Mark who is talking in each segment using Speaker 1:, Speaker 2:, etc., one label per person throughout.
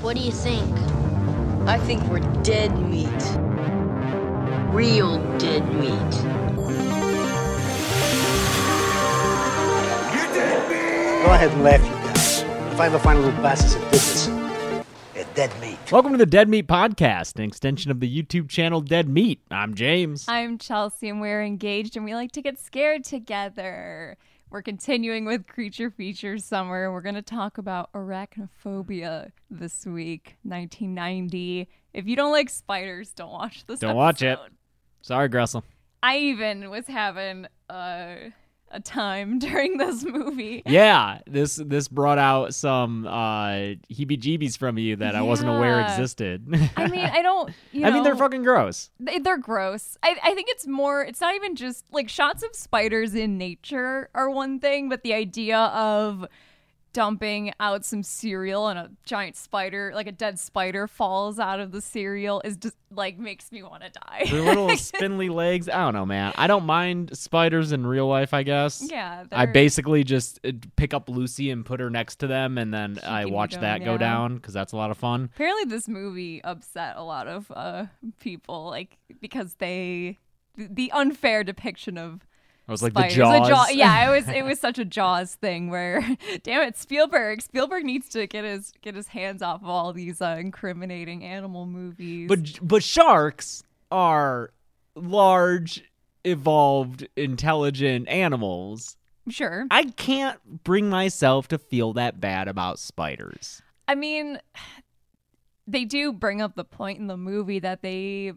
Speaker 1: What do you think?
Speaker 2: I think we're dead meat. Real dead meat.
Speaker 3: Go ahead and laugh, you guys. If I ever find a little bastards that did this, they're dead meat.
Speaker 4: Welcome to the Dead Meat Podcast, an extension of the YouTube channel Dead Meat. I'm James.
Speaker 5: I'm Chelsea, and we're engaged, and we like to get scared together. We're continuing with Creature Features Summer. and We're going to talk about arachnophobia this week, 1990. If you don't like spiders, don't watch this.
Speaker 4: Don't watch it.
Speaker 5: episode.
Speaker 4: Sorry, Gressel.
Speaker 5: I even was having a, a time during this movie.
Speaker 4: Yeah, this this brought out some uh, heebie-jeebies from you that I wasn't aware
Speaker 5: Yeah.
Speaker 4: existed.
Speaker 5: I mean, I don't. You
Speaker 4: I mean, they're
Speaker 5: know-
Speaker 4: fucking gross.
Speaker 5: they, they're gross. I, I think it's more, it's not even just like shots of spiders in nature are one thing, but the idea of dumping out some cereal and a giant spider, like a dead spider, falls out of the cereal is just like makes me want to
Speaker 4: Their
Speaker 5: die.
Speaker 4: little spindly legs. I don't know, man. I don't mind spiders in real life. I guess.
Speaker 5: yeah.
Speaker 4: I
Speaker 5: they're-
Speaker 4: basically just uh, pick up Lucy and put her next to them, and then I
Speaker 5: can
Speaker 4: watch
Speaker 5: eat 'em,
Speaker 4: that go
Speaker 5: yeah.
Speaker 4: down because that's a lot of fun.
Speaker 5: Apparently, this movie upset a lot of uh, people, like because they the, the unfair depiction of
Speaker 4: I was like the
Speaker 5: spiders.
Speaker 4: jaws.
Speaker 5: A jaw- yeah, it was it was such a Jaws thing where, damn it, Spielberg. Spielberg needs to get his get his hands off of all these uh, incriminating animal movies.
Speaker 4: But but sharks are large, evolved, intelligent animals.
Speaker 5: sure,
Speaker 4: I can't bring myself to feel that bad about spiders.
Speaker 5: I mean, they do bring up the point in the movie that they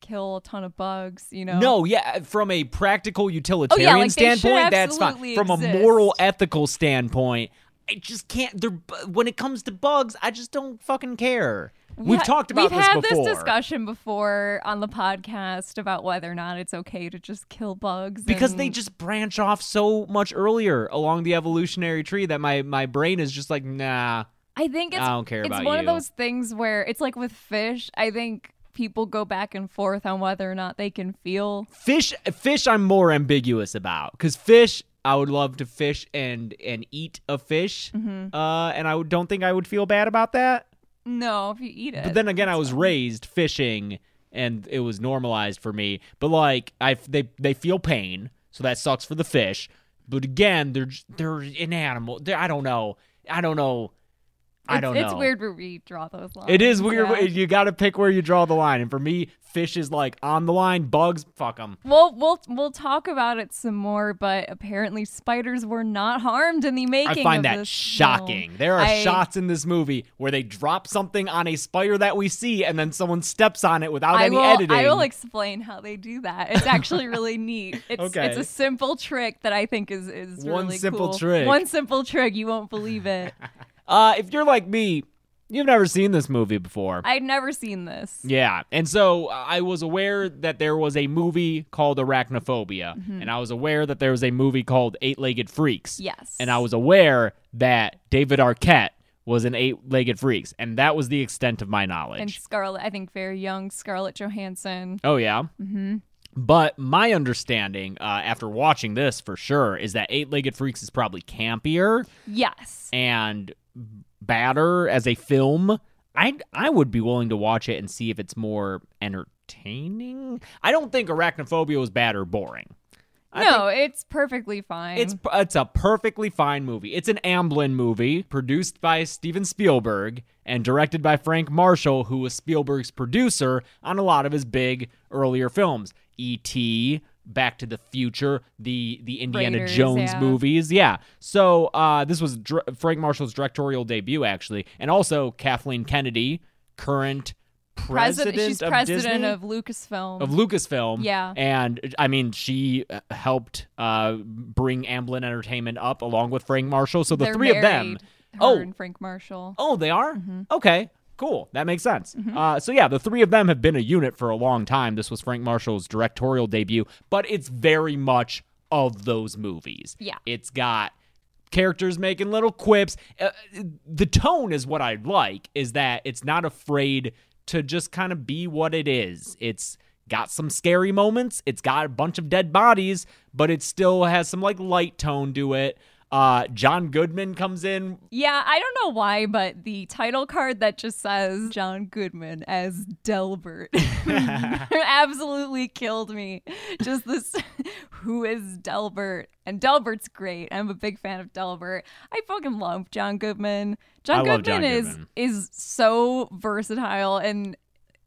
Speaker 5: kill a ton of bugs. You know,
Speaker 4: No, yeah, from a practical utilitarian
Speaker 5: Oh, like, they should
Speaker 4: standpoint, that's fine.
Speaker 5: absolutely
Speaker 4: From a
Speaker 5: exist.
Speaker 4: moral ethical standpoint, I just can't. They're, bu- when it comes to bugs, I just don't fucking care. We've
Speaker 5: ha-
Speaker 4: talked about
Speaker 5: we've
Speaker 4: this
Speaker 5: had
Speaker 4: before.
Speaker 5: this discussion before on the podcast about whether or not it's okay to just kill bugs
Speaker 4: because
Speaker 5: and-
Speaker 4: they just branch off so much earlier along the evolutionary tree that my my brain is just like nah
Speaker 5: I think it's
Speaker 4: I don't care
Speaker 5: it's
Speaker 4: about
Speaker 5: one of
Speaker 4: you.
Speaker 5: those things where it's like with fish. I think people go back and forth on whether or not they can feel.
Speaker 4: fish fish i'm more ambiguous about because fish i would love to fish and and eat a fish
Speaker 5: Mm-hmm.
Speaker 4: uh and i would- don't think i would feel bad about that
Speaker 5: No, if you eat it.
Speaker 4: but then again i was raised fishing and it was normalized for me but like i they they feel pain so that sucks for the fish but again they're j- they're an animal they're, i don't know i don't know I
Speaker 5: It's-
Speaker 4: don't know.
Speaker 5: It's weird where we draw those lines.
Speaker 4: It is weird.
Speaker 5: yeah.
Speaker 4: You got to pick where you draw the line. And for me, fish is like on the line. Bugs, fuck them.
Speaker 5: We'll we'll we'll talk about it some more, but apparently spiders were not harmed in the making.
Speaker 4: I
Speaker 5: of
Speaker 4: find that
Speaker 5: this
Speaker 4: shocking.
Speaker 5: film.
Speaker 4: There are
Speaker 5: I-
Speaker 4: shots in this movie where they drop something on a spider that we see, and then someone steps on it without
Speaker 5: I
Speaker 4: any
Speaker 5: will,
Speaker 4: editing.
Speaker 5: I will explain how they do that. It's actually really neat. It's
Speaker 4: Okay.
Speaker 5: it's a simple trick that I think is is
Speaker 4: One
Speaker 5: really
Speaker 4: simple
Speaker 5: cool.
Speaker 4: trick.
Speaker 5: One simple trick. You won't believe it.
Speaker 4: uh, if you're like me, you've never seen this movie before.
Speaker 5: I'd never seen this.
Speaker 4: Yeah. And so uh, I was aware that there was a movie called Arachnophobia,
Speaker 5: Mm-hmm.
Speaker 4: and I was aware that there was a movie called Eight Legged Freaks.
Speaker 5: Yes.
Speaker 4: And I was aware that David Arquette was an Eight Legged Freaks, and that was the extent of my knowledge.
Speaker 5: and Scarlett, I think very young Scarlett Johansson.
Speaker 4: oh, yeah. Mm-hmm. But my understanding uh, after watching this for sure is that Eight Legged Freaks is probably campier
Speaker 5: Yes.
Speaker 4: and badder as a film. I I would be willing to watch it and see if it's more entertaining. I don't think Arachnophobia was bad or boring. I
Speaker 5: no, it's perfectly fine.
Speaker 4: It's it's a perfectly fine movie. It's an Amblin movie produced by Steven Spielberg and directed by Frank Marshall, who was Spielberg's producer on a lot of his big earlier films, E.T., Back to the Future, the the Indiana
Speaker 5: Raiders,
Speaker 4: Jones
Speaker 5: yeah.
Speaker 4: movies, yeah. So uh, this was dr- Frank Marshall's directorial debut, actually, and also Kathleen Kennedy, current president,
Speaker 5: president. She's
Speaker 4: of
Speaker 5: president
Speaker 4: Disney?
Speaker 5: of Lucasfilm.
Speaker 4: of Lucasfilm.
Speaker 5: Yeah.
Speaker 4: And I mean, she uh, helped uh, bring Amblin Entertainment up along with Frank Marshall. So the
Speaker 5: They're
Speaker 4: three of them.
Speaker 5: married, Her
Speaker 4: Oh.
Speaker 5: and Frank Marshall.
Speaker 4: Oh, they are? Okay. Cool. That makes sense. Uh, so, yeah, the three of them have been a unit for a long time. This was Frank Marshall's directorial debut, but it's very much of those movies.
Speaker 5: Yeah.
Speaker 4: It's got characters making little quips. Uh, the tone is what I like, is that it's not afraid to just kind of be what it is. It's got some scary moments, it's got a bunch of dead bodies, but it still has some like light tone to it. Uh, John Goodman comes in.
Speaker 5: Yeah, I don't know why, but the title card that just says John Goodman as Delbert absolutely killed me. Just this who is Delbert? And Delbert's great. I'm a big fan of Delbert. I fucking love John Goodman. John,
Speaker 4: I love
Speaker 5: Goodman,
Speaker 4: John
Speaker 5: is
Speaker 4: Goodman.
Speaker 5: is so versatile and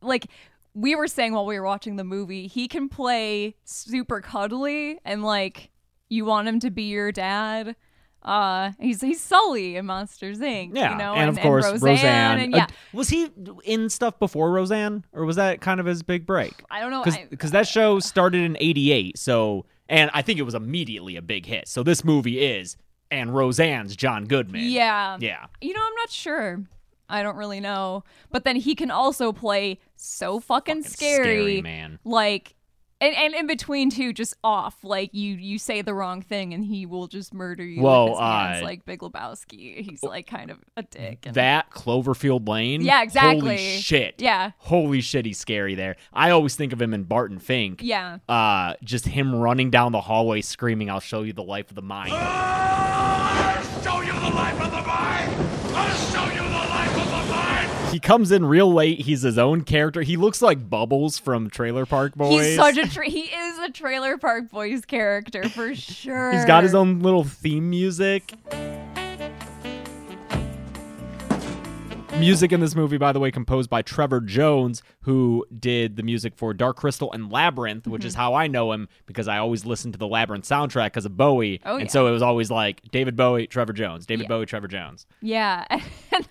Speaker 5: like we were saying while we were watching the movie, he can play super cuddly and like you want him to be your dad. Uh, he's he's Sully in Monsters Inc.
Speaker 4: Yeah,
Speaker 5: you know,
Speaker 4: and, of course
Speaker 5: Roseanne, and yeah,
Speaker 4: Uh, was he in stuff before Roseanne, or was that kind of his big break?
Speaker 5: I don't know. I- uh,
Speaker 4: because that show started in '88, so and I think it was immediately a big hit. So this movie is and Roseanne's John Goodman.
Speaker 5: yeah,
Speaker 4: yeah.
Speaker 5: You know, I'm not sure. I don't really know. But then he can also play so fucking,
Speaker 4: scary, man.
Speaker 5: Like, and, and in between too, just off. Like you you say the wrong thing and he will just murder you.
Speaker 4: Well,
Speaker 5: with his hands,
Speaker 4: uh,
Speaker 5: like Big Lebowski. He's like kind of a dick. And,
Speaker 4: That Cloverfield Lane.
Speaker 5: Yeah, exactly.
Speaker 4: Holy shit.
Speaker 5: Yeah.
Speaker 4: Holy shit, he's scary there. I always think of him in Barton Fink.
Speaker 5: yeah.
Speaker 4: Uh, just him running down the hallway screaming, "I'll show you the life of the mind."
Speaker 1: I'll show you the life of the vine! I'll show you the life of the vine!
Speaker 4: He comes in real late. He's his own character. He looks like Bubbles from Trailer Park Boys.
Speaker 5: He's such a tra- he is a Trailer Park Boys character for sure.
Speaker 4: He's got his own little theme music. Music in this movie, by the way, composed by Trevor Jones, who did the music for Dark Crystal and Labyrinth, which
Speaker 5: Mm-hmm.
Speaker 4: is how I know him because I always listened to the Labyrinth soundtrack because of Bowie.
Speaker 5: Oh, yeah.
Speaker 4: And so it was always like David Bowie, Trevor Jones, David
Speaker 5: Yeah.
Speaker 4: Bowie, Trevor Jones.
Speaker 5: Yeah,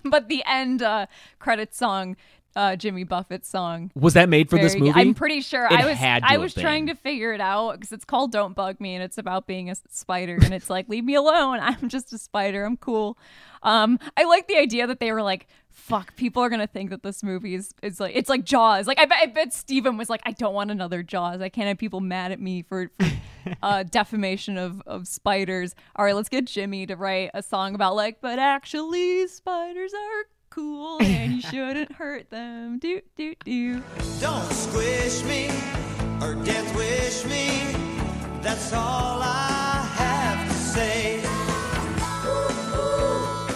Speaker 5: but the end uh, credit song, uh, Jimmy Buffett song.
Speaker 4: Was that made for this
Speaker 5: Very-
Speaker 4: movie?
Speaker 5: I'm pretty sure.
Speaker 4: It
Speaker 5: I was
Speaker 4: had to
Speaker 5: I
Speaker 4: have
Speaker 5: was trying to
Speaker 4: been.
Speaker 5: figure it out because it's called "Don't Bug Me" and it's about being a s- spider. And it's like, leave me alone. I'm just a spider. I'm cool. Um, I like the idea that they were like, "Fuck, people are gonna think that this movie is is like it's like Jaws." Like I bet, I bet Steven was like, "I don't want another Jaws. I can't have people mad at me for." for Uh, defamation of, of spiders. All right, let's get Jimmy to write a song about like, but actually, spiders are cool and you shouldn't hurt them. Do do do.
Speaker 6: Don't squish me or death wish me. That's all I have to say.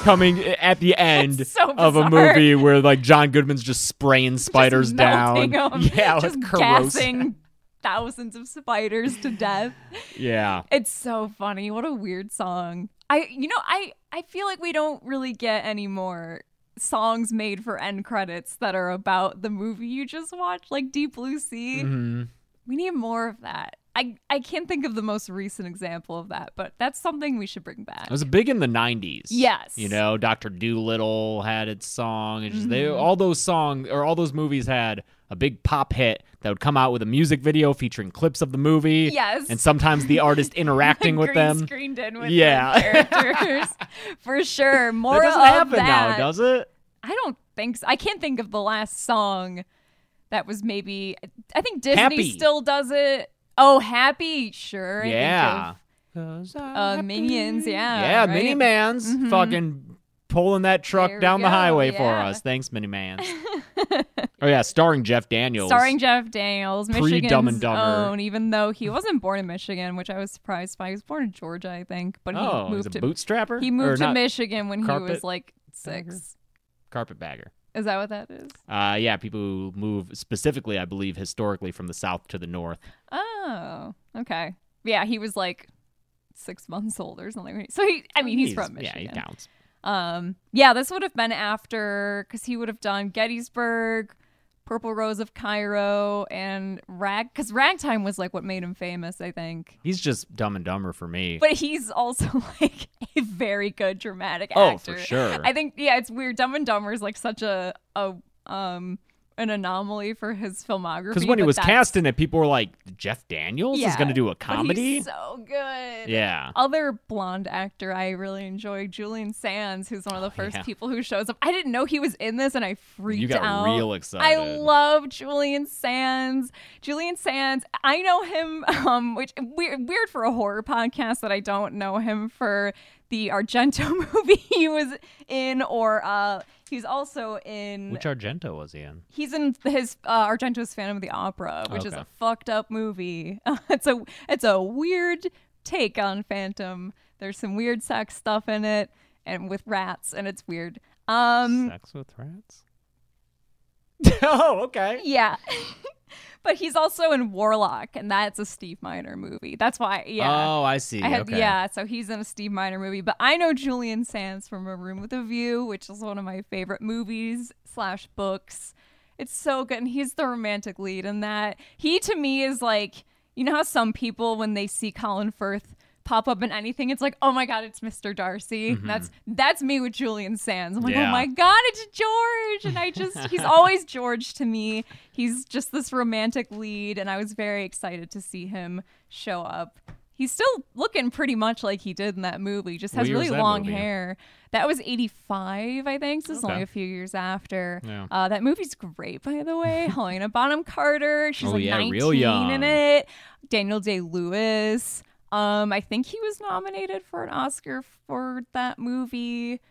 Speaker 4: Coming at the end
Speaker 5: That's so
Speaker 4: of a
Speaker 5: bizarre.
Speaker 4: movie where like John Goodman's just spraying spiders
Speaker 5: just
Speaker 4: down.
Speaker 5: melting 'em,
Speaker 4: Yeah,
Speaker 5: just
Speaker 4: like corrosive.
Speaker 5: gassing thousands of spiders to death.
Speaker 4: Yeah.
Speaker 5: It's so funny. What a weird song. I, you know, I, I feel like we don't really get any more songs made for end credits that are about the movie you just watched, like Deep Blue Sea.
Speaker 4: hmm
Speaker 5: We need more of that. I, I can't think of the most recent example of that, but that's something we should bring back.
Speaker 4: It was big in the '90s.
Speaker 5: Yes.
Speaker 4: you know, Doctor Doolittle had its song. It's just they
Speaker 5: Mm-hmm.
Speaker 4: all those songs or all those movies had a big pop hit that would come out with a music video featuring clips of the movie.
Speaker 5: Yes.
Speaker 4: and sometimes the artist interacting with
Speaker 5: Green
Speaker 4: them.
Speaker 5: screened in with
Speaker 4: Yeah.
Speaker 5: yeah. characters for sure. More
Speaker 4: That doesn't
Speaker 5: of
Speaker 4: happen
Speaker 5: that.
Speaker 4: now, does it?
Speaker 5: I don't think so. I can't think of the last song that was maybe. I think Disney
Speaker 4: Happy.
Speaker 5: still does it. Oh, happy, sure. I think
Speaker 4: yeah.
Speaker 5: of, uh, Minions, yeah.
Speaker 4: yeah,
Speaker 5: right? Mm-hmm.
Speaker 4: Mini Man's fucking pulling that truck
Speaker 5: There we
Speaker 4: down the
Speaker 5: go,
Speaker 4: highway for
Speaker 5: yeah.
Speaker 4: us. Thanks, Mini Man's. oh yeah, starring Jeff Daniels.
Speaker 5: Starring Jeff Daniels,
Speaker 4: Pre-Dumb and
Speaker 5: Michigan's
Speaker 4: Dumber.
Speaker 5: own. Even though he wasn't born in Michigan, which I was surprised by. He was born in Georgia, I think, but he
Speaker 4: oh, he's
Speaker 5: moved
Speaker 4: a
Speaker 5: to
Speaker 4: bootstrapper.
Speaker 5: he
Speaker 4: Or
Speaker 5: moved to
Speaker 4: not-
Speaker 5: Michigan when he
Speaker 4: carpet
Speaker 5: was like six.
Speaker 4: Carpetbagger.
Speaker 5: Is that what that is?
Speaker 4: Uh, yeah, people who move specifically, I believe, historically from the south to the north.
Speaker 5: Oh, okay. Yeah, he was like six months old or something. when he- So he, I mean, he's, from Michigan.
Speaker 4: Yeah, he counts.
Speaker 5: Um, yeah, this would have been after because he would have done Gettysburg, Purple Rose of Cairo, and Rag because Ragtime was like what made him famous, I think.
Speaker 4: He's just dumb and dumber for me.
Speaker 5: But he's also like a very good dramatic
Speaker 4: Oh,
Speaker 5: actor.
Speaker 4: for sure.
Speaker 5: I think yeah, it's weird. Dumb and Dumber is like such a a um an anomaly for his filmography.
Speaker 4: Because when he
Speaker 5: but
Speaker 4: was
Speaker 5: that's-
Speaker 4: cast in it, people were like, Jeff Daniels is
Speaker 5: Yeah,
Speaker 4: going to do a
Speaker 5: but he's
Speaker 4: comedy?
Speaker 5: so good.
Speaker 4: yeah.
Speaker 5: other blonde actor I really enjoy, Julian Sands, who's one of the first
Speaker 4: Oh, yeah.
Speaker 5: people who shows up. I didn't know he was in this, and I freaked
Speaker 4: got
Speaker 5: out.
Speaker 4: real
Speaker 5: I
Speaker 4: excited.
Speaker 5: love Julian Sands. Julian Sands, I know him, um, which weird, weird for a horror podcast that I don't know him for the Argento movie he was in, or uh, he's also in.
Speaker 4: Which Argento was he in?
Speaker 5: He's in his uh, Argento's Phantom of the Opera, which is
Speaker 4: Okay.
Speaker 5: a fucked up movie. it's a it's a weird take on Phantom, There's some weird sex stuff in it, and with rats, and it's weird. Um,
Speaker 4: Sex with rats? oh, okay.
Speaker 5: yeah. but he's also in Warlock, and that's a Steve Miner movie. That's why, yeah.
Speaker 4: Oh, I see.
Speaker 5: I had,
Speaker 4: okay.
Speaker 5: Yeah, so he's in a Steve Miner movie, but I know Julian Sands from A Room with a View, which is one of my favorite movies slash books. It's so good, and he's the romantic lead in that. He to me is like, you know how some people when they see Colin Firth pop up in anything, it's like, oh my god, it's Mr. Darcy. That's that's me with Julian Sands. I'm like,
Speaker 4: Mm-hmm. Yeah.
Speaker 5: oh my god, it's George, and I just he's always George to me. He's just this romantic lead, and I was very excited to see him show up. He's still looking pretty much like he did in that movie. Just has
Speaker 4: What year
Speaker 5: really
Speaker 4: was that
Speaker 5: long
Speaker 4: movie?
Speaker 5: hair. That was eighty five, I think. So it's
Speaker 4: Okay.
Speaker 5: only a few years after.
Speaker 4: Yeah.
Speaker 5: Uh, that movie's great, by the way. Helena Bonham Carter. She's
Speaker 4: Oh,
Speaker 5: like
Speaker 4: yeah,
Speaker 5: nineteen
Speaker 4: real young.
Speaker 5: in it. Daniel Day Lewis. Um, I think he was nominated for an Oscar for that movie.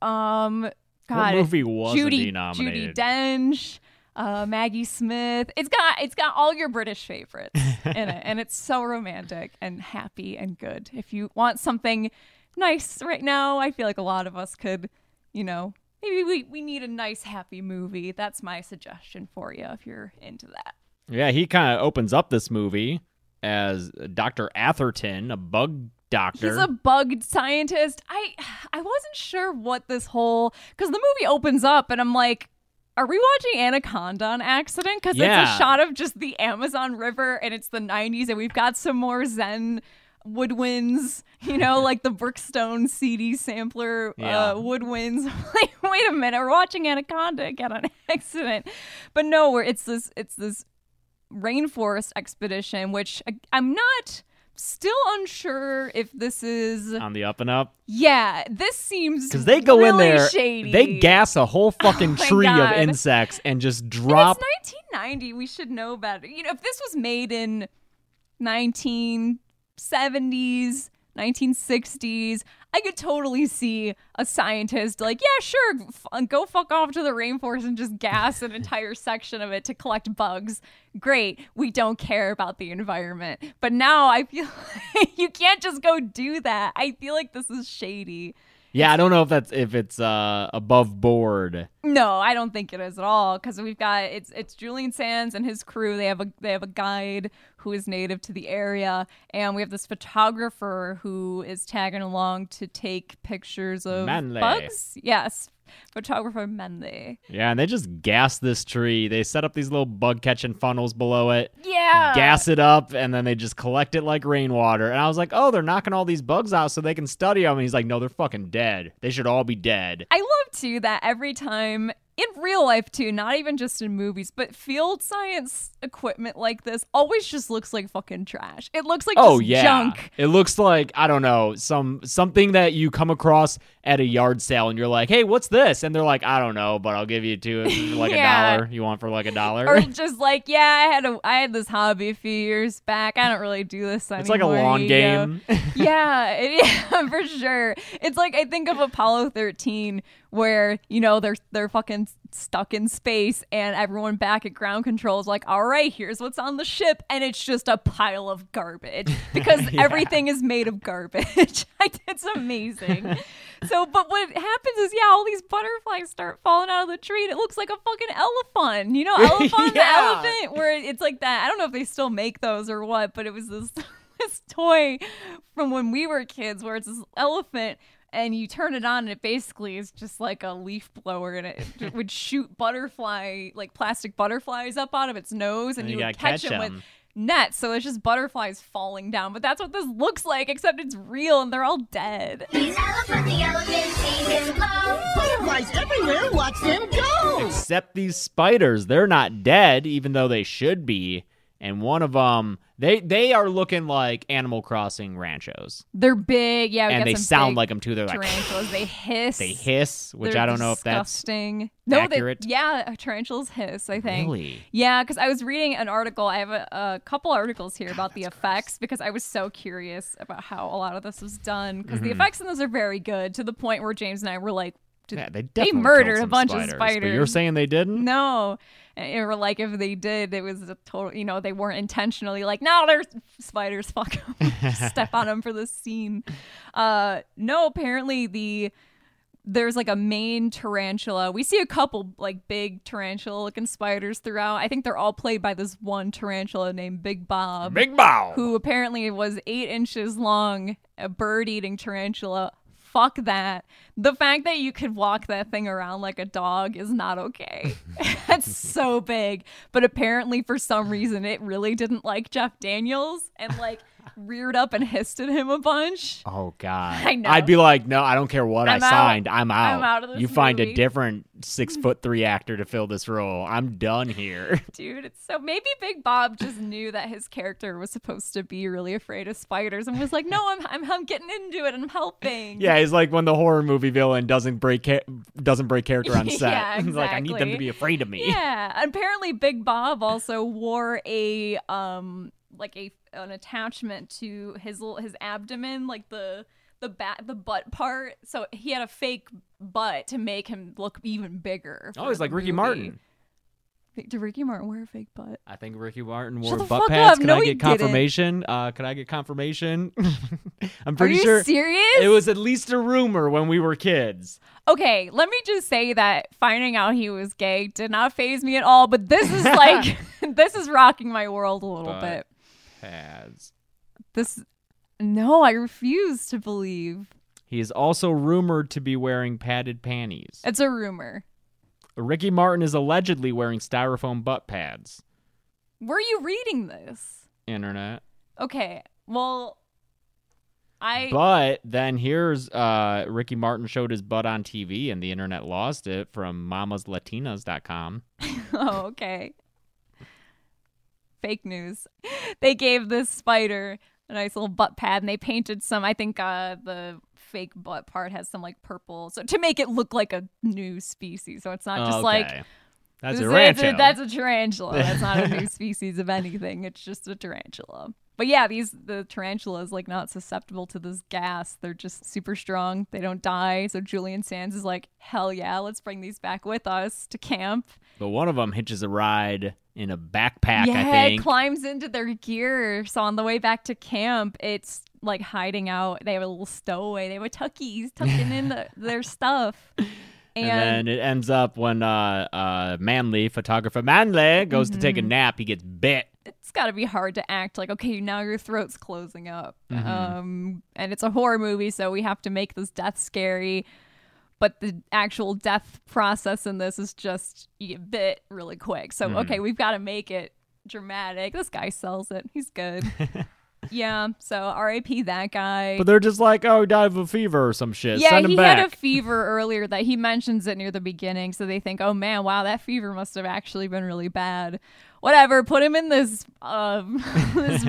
Speaker 5: Um, God, it-
Speaker 4: movie wasn't
Speaker 5: Judy,
Speaker 4: he nominated?
Speaker 5: Judi Dench, uh, Maggie Smith. It's got it's got all your British favorites in it, and it's so romantic and happy and good. If you want something nice right now, I feel like a lot of us could, you know, maybe we we need a nice happy movie. That's my suggestion for you if you're into that.
Speaker 4: Yeah, he kind of opens up this movie as Dr. Atherton, a bug doctor.
Speaker 5: He's a bugged scientist. I I wasn't sure what this whole because the movie opens up and I'm like, are we watching Anaconda on accident? Because it's
Speaker 4: Yeah.
Speaker 5: a shot of just the Amazon River and it's the 90s and we've got some more Zen woodwinds, you know, like the Brookstone CD sampler
Speaker 4: Yeah.
Speaker 5: uh, woodwinds. like, wait a minute, we're watching Anaconda again on accident. But no, we're, it's this it's this rainforest expedition, which I, I'm not still unsure if this is.
Speaker 4: on the up and up.
Speaker 5: Yeah, this seems
Speaker 4: Because they go in
Speaker 5: really
Speaker 4: there,
Speaker 5: shady. Oh
Speaker 4: they gas a whole fucking
Speaker 5: my
Speaker 4: tree
Speaker 5: God.
Speaker 4: of insects and just
Speaker 5: And
Speaker 4: drop.
Speaker 5: It's 1990. We should know better. You know, if this was made in 1970s, 1960s, I could totally see a scientist like, yeah, sure, f- uh, go fuck off to the rainforest and just gas an entire section of it to collect bugs. Great, we don't care about the environment. But now I feel like you can't just go do that. I feel like this is shady.
Speaker 4: yeah, I don't know if that's if it's uh, above board.
Speaker 5: No, I don't think it is at all because we've got it's it's Julian Sands and his crew. They have a they have a guide who is native to the area, and we have this photographer who is tagging along to take pictures of
Speaker 4: Manley.
Speaker 5: bugs. Yes, photographer Manley.
Speaker 4: Yeah, and they just gas this tree. They set up these little bug catching funnels below it,
Speaker 5: Yeah,
Speaker 4: gas it up, and then they just collect it like rainwater. And I was like, oh, they're knocking all these bugs out so they can study them. And he's like, no, they're fucking dead. They should all be dead.
Speaker 5: I love too that every time in real life too, not even just in movies, but field science equipment like this always just looks like fucking trash. It looks like
Speaker 4: Oh
Speaker 5: just
Speaker 4: yeah,
Speaker 5: junk.
Speaker 4: it looks like I don't know some something that you come across at a yard sale, and you're like, "Hey, what's this?" And they're like, "I don't know, but I'll give you two like
Speaker 5: Yeah.
Speaker 4: a dollar. You want for like a dollar?"
Speaker 5: or just like, yeah, I had a I had this hobby a few years back. I don't really do this anymore.
Speaker 4: it's like a lawn
Speaker 5: you know?
Speaker 4: game.
Speaker 5: yeah, it, yeah, for sure. It's like I think of Apollo 13 where, you know, they're they're fucking stuck in space and everyone back at ground control is like, "All right, here's what's on the ship." And it's just a pile of garbage because everything is made of garbage. Like, it's amazing. so, but what happens is yeah, all these butterflies start falling out of the tree and it looks like a fucking elephant. You know, elephant the
Speaker 4: Yeah.
Speaker 5: elephant it where it's like that. I don't know if they still make those or what, but it was this this toy from when we were kids where it's this elephant and you turn it on and it basically is just like a leaf blower and it j- would shoot butterfly like plastic butterflies up out of its nose and,
Speaker 4: And
Speaker 5: you,
Speaker 4: you
Speaker 5: would
Speaker 4: gotta
Speaker 5: catch,
Speaker 4: catch
Speaker 5: them with
Speaker 4: 'em.
Speaker 5: nets so it's just butterflies falling down but that's what this looks like except it's real and they're all dead
Speaker 7: He's elephant, the elephant, he's in love. Butterflies everywhere, watch them go!
Speaker 4: Except these spiders, they're not dead, even though they should be. And one of them, they they are looking like Animal Crossing ranchos,
Speaker 5: they're big yeah Oh, we
Speaker 4: and
Speaker 5: got
Speaker 4: they
Speaker 5: some
Speaker 4: sound
Speaker 5: big
Speaker 4: like them too. They're like
Speaker 5: tarantulas they hiss
Speaker 4: they hiss, which
Speaker 5: They're
Speaker 4: I don't know if that's
Speaker 5: disgusting. no, they-
Speaker 4: accurate.
Speaker 5: yeah, tarantulas hiss. I think.
Speaker 4: Really?
Speaker 5: Yeah, because I was reading an article. I have a, a couple articles here about the effects because I was so curious about how a lot of this was done because
Speaker 4: Mm-hmm.
Speaker 5: the effects in this are very good to the point where James and I were like, "Did
Speaker 4: yeah, they definitely killed
Speaker 5: murdered a
Speaker 4: some
Speaker 5: bunch of
Speaker 4: But you're
Speaker 5: spiders.
Speaker 4: saying they didn't?
Speaker 5: no. And- Or like if they did, it was a total. You know, they weren't intentionally like, no, there's spiders. Fuck 'em." Just step on them for this scene. Uh, no, apparently the there's like a main tarantula. We see a couple like big tarantula looking spiders throughout. I think they're all played by this one tarantula named Big Bob
Speaker 4: Big bow.
Speaker 5: who apparently was eight inches long, a bird eating tarantula. Fuck that. The fact that you could walk that thing around like a dog is not okay. That's so big. But apparently, for some reason, it really didn't like Jeff Daniels and like reared up and hissed at him a bunch.
Speaker 4: Oh God!
Speaker 5: I know.
Speaker 4: would be like, no, I don't care what i
Speaker 5: I'm out.
Speaker 4: signed. I'm out.
Speaker 5: I'm out of this
Speaker 4: you find
Speaker 5: movie.
Speaker 4: a different six foot three actor to fill this role. I'm done here.
Speaker 5: Dude, it's so maybe Big Bob just knew that his character was supposed to be really afraid of spiders and was like, "No, I'm I'm, I'm getting into it and I'm helping."
Speaker 4: yeah, he's like when the horror movie villain doesn't break ca- doesn't break character on set.
Speaker 5: Yeah,
Speaker 4: He's like I need them
Speaker 5: exactly.
Speaker 4: to be afraid of me.
Speaker 5: Yeah, apparently Big Bob also wore a um like a an attachment to his l- his abdomen, like the the back the butt part. So he had a fake butt to make him look even bigger.
Speaker 4: Oh,
Speaker 5: for
Speaker 4: he's
Speaker 5: the
Speaker 4: like Ricky
Speaker 5: movie.
Speaker 4: Martin.
Speaker 5: Did Ricky Martin wear a fake butt?
Speaker 4: I think Ricky Martin wore
Speaker 5: Shut the
Speaker 4: butt
Speaker 5: fuck
Speaker 4: pads.
Speaker 5: up.
Speaker 4: Can
Speaker 5: No,
Speaker 4: I
Speaker 5: he
Speaker 4: get
Speaker 5: didn't.
Speaker 4: confirmation? Uh, can I get confirmation? I'm
Speaker 5: Are
Speaker 4: pretty
Speaker 5: you
Speaker 4: sure
Speaker 5: serious?
Speaker 4: it was at least a rumor when we were kids.
Speaker 5: okay, let me just say that finding out he was gay did not phase me at all, but this is like this is rocking my world a little
Speaker 4: Butt.
Speaker 5: bit.
Speaker 4: Pads.
Speaker 5: This no, I refuse to believe.
Speaker 4: He is also rumored to be wearing padded panties.
Speaker 5: It's a rumor.
Speaker 4: Ricky Martin is allegedly wearing styrofoam butt pads.
Speaker 5: Were you reading this?
Speaker 4: Internet.
Speaker 5: Okay. Well, I
Speaker 4: But then here's uh, Ricky Martin showed his butt on TV and the internet lost it from mamaslatinas.com.
Speaker 5: oh, okay. Fake news. They gave this spider a nice little butt pad and they painted some I think uh the fake butt part has some like purple. So to make it look like a new species. So it's not Uh, just like
Speaker 4: Okay. that's
Speaker 5: This
Speaker 4: a
Speaker 5: is- it's
Speaker 4: rancho.
Speaker 5: that's a tarantula. That's not a new species of anything. It's just a tarantula. But yeah, these the tarantula is like not susceptible to this gas. They're just super strong. They don't die. So Julian Sands is like, hell yeah, let's bring these back with us to camp.
Speaker 4: but one of them hitches a ride in a backpack,
Speaker 5: yeah,
Speaker 4: I
Speaker 5: it
Speaker 4: think.
Speaker 5: climbs into their gear. So on the way back to camp, it's like hiding out. They have a little stowaway. They have a tuckies tucking in the, their stuff.
Speaker 4: and, then it ends up when uh, uh, Manley, photographer Manley, goes to take
Speaker 5: Mm-hmm.
Speaker 4: a nap. He gets bit.
Speaker 5: it's got to be hard to act like okay now your throat's closing up um and it's a horror movie so we have to make this death scary but the actual death process in this is just you get bit really quick so okay we've got to make it dramatic this guy sells it he's good yeah so rap that guy
Speaker 4: But they're just like, oh, he died of a fever or some shit.
Speaker 5: yeah,
Speaker 4: Send him
Speaker 5: he
Speaker 4: back.
Speaker 5: had a fever earlier that he mentions it near the beginning, so they think, oh man, wow, that fever must have actually been really bad. Whatever, put him in this um, this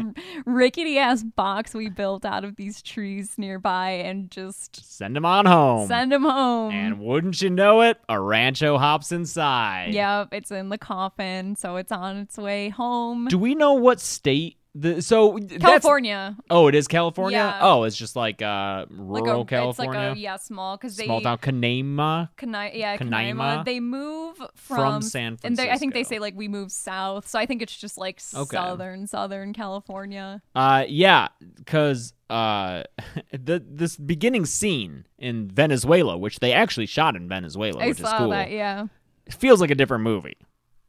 Speaker 5: rickety ass box we built out of these trees nearby, and just
Speaker 4: Send him on home.
Speaker 5: send him home.
Speaker 4: And wouldn't you know it, a rancho hops inside.
Speaker 5: yep, it's in the coffin, so it's on its way home.
Speaker 4: Do we know what state the so that's-
Speaker 5: California,
Speaker 4: oh, it is California.
Speaker 5: Yeah.
Speaker 4: Oh, it's just like uh
Speaker 5: like
Speaker 4: rural
Speaker 5: a, it's
Speaker 4: California,
Speaker 5: like a yeah, small because they
Speaker 4: small town Canaima.
Speaker 5: Cani- yeah,
Speaker 4: Canaima?
Speaker 5: Canaima. They move from,
Speaker 4: From San
Speaker 5: And they, I think they
Speaker 4: Francisco.
Speaker 5: say like we move south, so I think it's just like
Speaker 4: Okay.
Speaker 5: southern, southern California.
Speaker 4: Uh, yeah, because uh, the this beginning scene in Venezuela, which they actually shot in Venezuela,
Speaker 5: I
Speaker 4: which
Speaker 5: saw
Speaker 4: is cool.
Speaker 5: that. Yeah,
Speaker 4: feels like a different movie.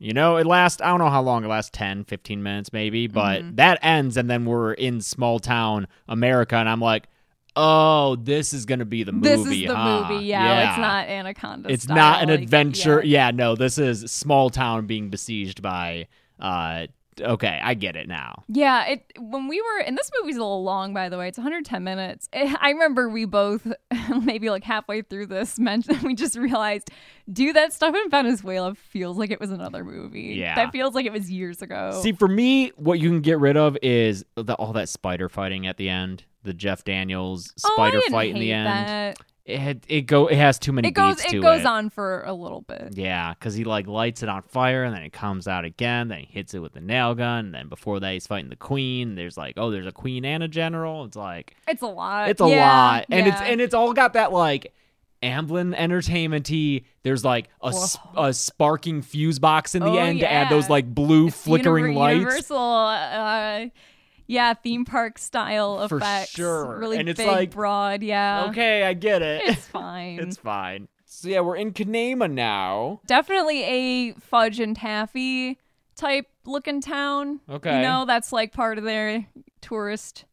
Speaker 4: You know, it lasts, I don't know how long it lasts 10, 15 minutes maybe, but
Speaker 5: Mm-hmm.
Speaker 4: that ends and then we're in small town America and I'm like, oh, this is going to be the movie.
Speaker 5: this is the
Speaker 4: huh?
Speaker 5: movie. Yeah, it's not Anaconda.
Speaker 4: It's
Speaker 5: style,
Speaker 4: not an
Speaker 5: like,
Speaker 4: adventure.
Speaker 5: yeah.
Speaker 4: Yeah. no, this is small town being besieged by. uh Okay, I get it now.
Speaker 5: Yeah, it when we were and this movie's a little long by the way. It's 110 minutes. Eh, I remember we both maybe like halfway through this mentioned we just realized do that stuff in Venezuela feels like it was another movie.
Speaker 4: Yeah.
Speaker 5: That feels like it was years ago.
Speaker 4: See, for me, what you can get rid of is the, all that spider fighting at the end, the Jeff Daniels
Speaker 5: Oh, I
Speaker 4: spider
Speaker 5: didn't
Speaker 4: fight in
Speaker 5: hate
Speaker 4: the end.
Speaker 5: that.
Speaker 4: It it go it has too many
Speaker 5: it goes
Speaker 4: beats
Speaker 5: it
Speaker 4: to
Speaker 5: goes
Speaker 4: it.
Speaker 5: on for a little bit
Speaker 4: Yeah, because he like lights it on fire and then it comes out again. Then he hits it with the nail gun. And then before that, he's fighting the queen. There's like, oh, there's a queen and a general. It's like
Speaker 5: it's a lot
Speaker 4: it's a
Speaker 5: Uh, Yeah,
Speaker 4: lot, and it's
Speaker 5: yeah.
Speaker 4: and it's all got that like Amblin Entertainmenty. There's like a, sp- a sparking fuse box in the
Speaker 5: Oh,
Speaker 4: end to add those
Speaker 5: yeah.
Speaker 4: like blue flickering
Speaker 5: Univer-
Speaker 4: lights.
Speaker 5: Universal, uh, yeah, theme park style
Speaker 4: For
Speaker 5: effects.
Speaker 4: sure.
Speaker 5: Really
Speaker 4: And it's
Speaker 5: big,
Speaker 4: like,
Speaker 5: broad. Yeah.
Speaker 4: Okay, I get it.
Speaker 5: uh, It's fine.
Speaker 4: it's fine. So yeah, we're in Kanema now.
Speaker 5: Definitely a fudge and taffy type looking town.
Speaker 4: Okay.
Speaker 5: You know, that's like part of their tourist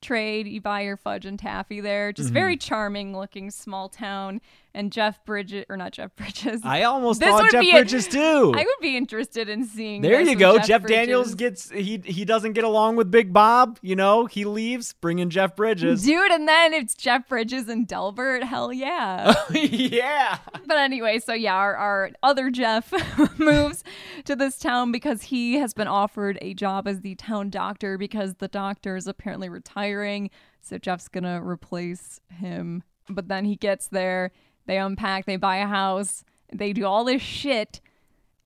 Speaker 5: trade. You buy your fudge and taffy there.
Speaker 4: Mm-hmm.
Speaker 5: Just very charming looking small town. And Jeff Bridges, or not Jeff Bridges.
Speaker 4: I almost
Speaker 5: This
Speaker 4: thought
Speaker 5: would
Speaker 4: Jeff
Speaker 5: be a-
Speaker 4: Bridges too.
Speaker 5: I would be interested in seeing.
Speaker 4: There
Speaker 5: this
Speaker 4: you
Speaker 5: with
Speaker 4: go.
Speaker 5: Jeff,
Speaker 4: Jeff, Daniels
Speaker 5: Bridges.
Speaker 4: gets he he doesn't get along with Big Bob. You know he leaves, bringing Jeff Bridges.
Speaker 5: Dude, and then it's Jeff Bridges and Delbert. Hell yeah.
Speaker 4: yeah.
Speaker 5: but anyway, so yeah, our, our other Jeff moves to this town because he has been offered a job as the town doctor because the doctor is apparently retiring. So Jeff's going to replace him. But then he gets there, they unpack, they buy a house, they do all this shit.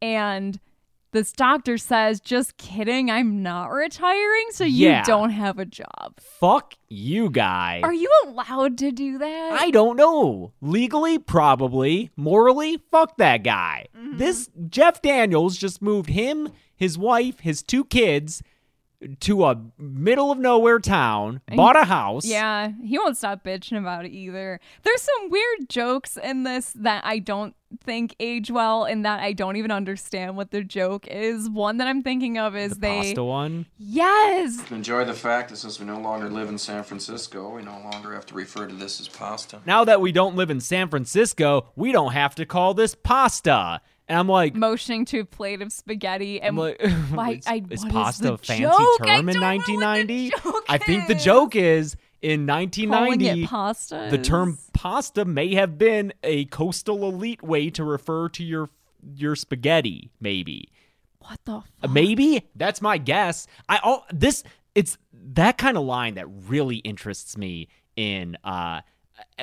Speaker 5: And this doctor says, just kidding, I'm not retiring. So you
Speaker 4: Yeah.
Speaker 5: don't have a job.
Speaker 4: Fuck you, guy.
Speaker 5: Are you allowed to do that?
Speaker 4: I don't know. Legally, probably. Morally, fuck that guy.
Speaker 5: Mm-hmm.
Speaker 4: This Jeff Daniels just moved him, his wife, his two kids to a middle of nowhere town, bought a house.
Speaker 5: Yeah, he won't stop bitching about it either. There's some weird jokes in this that I don't think age well and that I don't even understand what the joke is. One that I'm thinking of is they
Speaker 4: Pasta one.
Speaker 5: Yes.
Speaker 8: Enjoy the fact that since we no longer live in San Francisco, we no longer have to refer to this as pasta.
Speaker 4: Now that we don't live in San Francisco, we don't have to call this pasta. And I'm like,
Speaker 5: Motioning to a plate of spaghetti and
Speaker 4: I'm like,
Speaker 5: why-
Speaker 4: is,
Speaker 5: I-
Speaker 4: is
Speaker 5: what is
Speaker 4: pasta
Speaker 5: the
Speaker 4: a fancy
Speaker 5: joke? I
Speaker 4: term in
Speaker 5: don't know what the
Speaker 4: 1990?
Speaker 5: joke
Speaker 4: I think the
Speaker 5: is.
Speaker 4: joke is in
Speaker 5: calling
Speaker 4: 1990.
Speaker 5: it pasta.
Speaker 4: The term
Speaker 5: is-
Speaker 4: pasta may have been a coastal elite way to refer to your your spaghetti, maybe.
Speaker 5: What the fuck?
Speaker 4: Maybe that's my guess. I all this it's that kind of line that really interests me in uh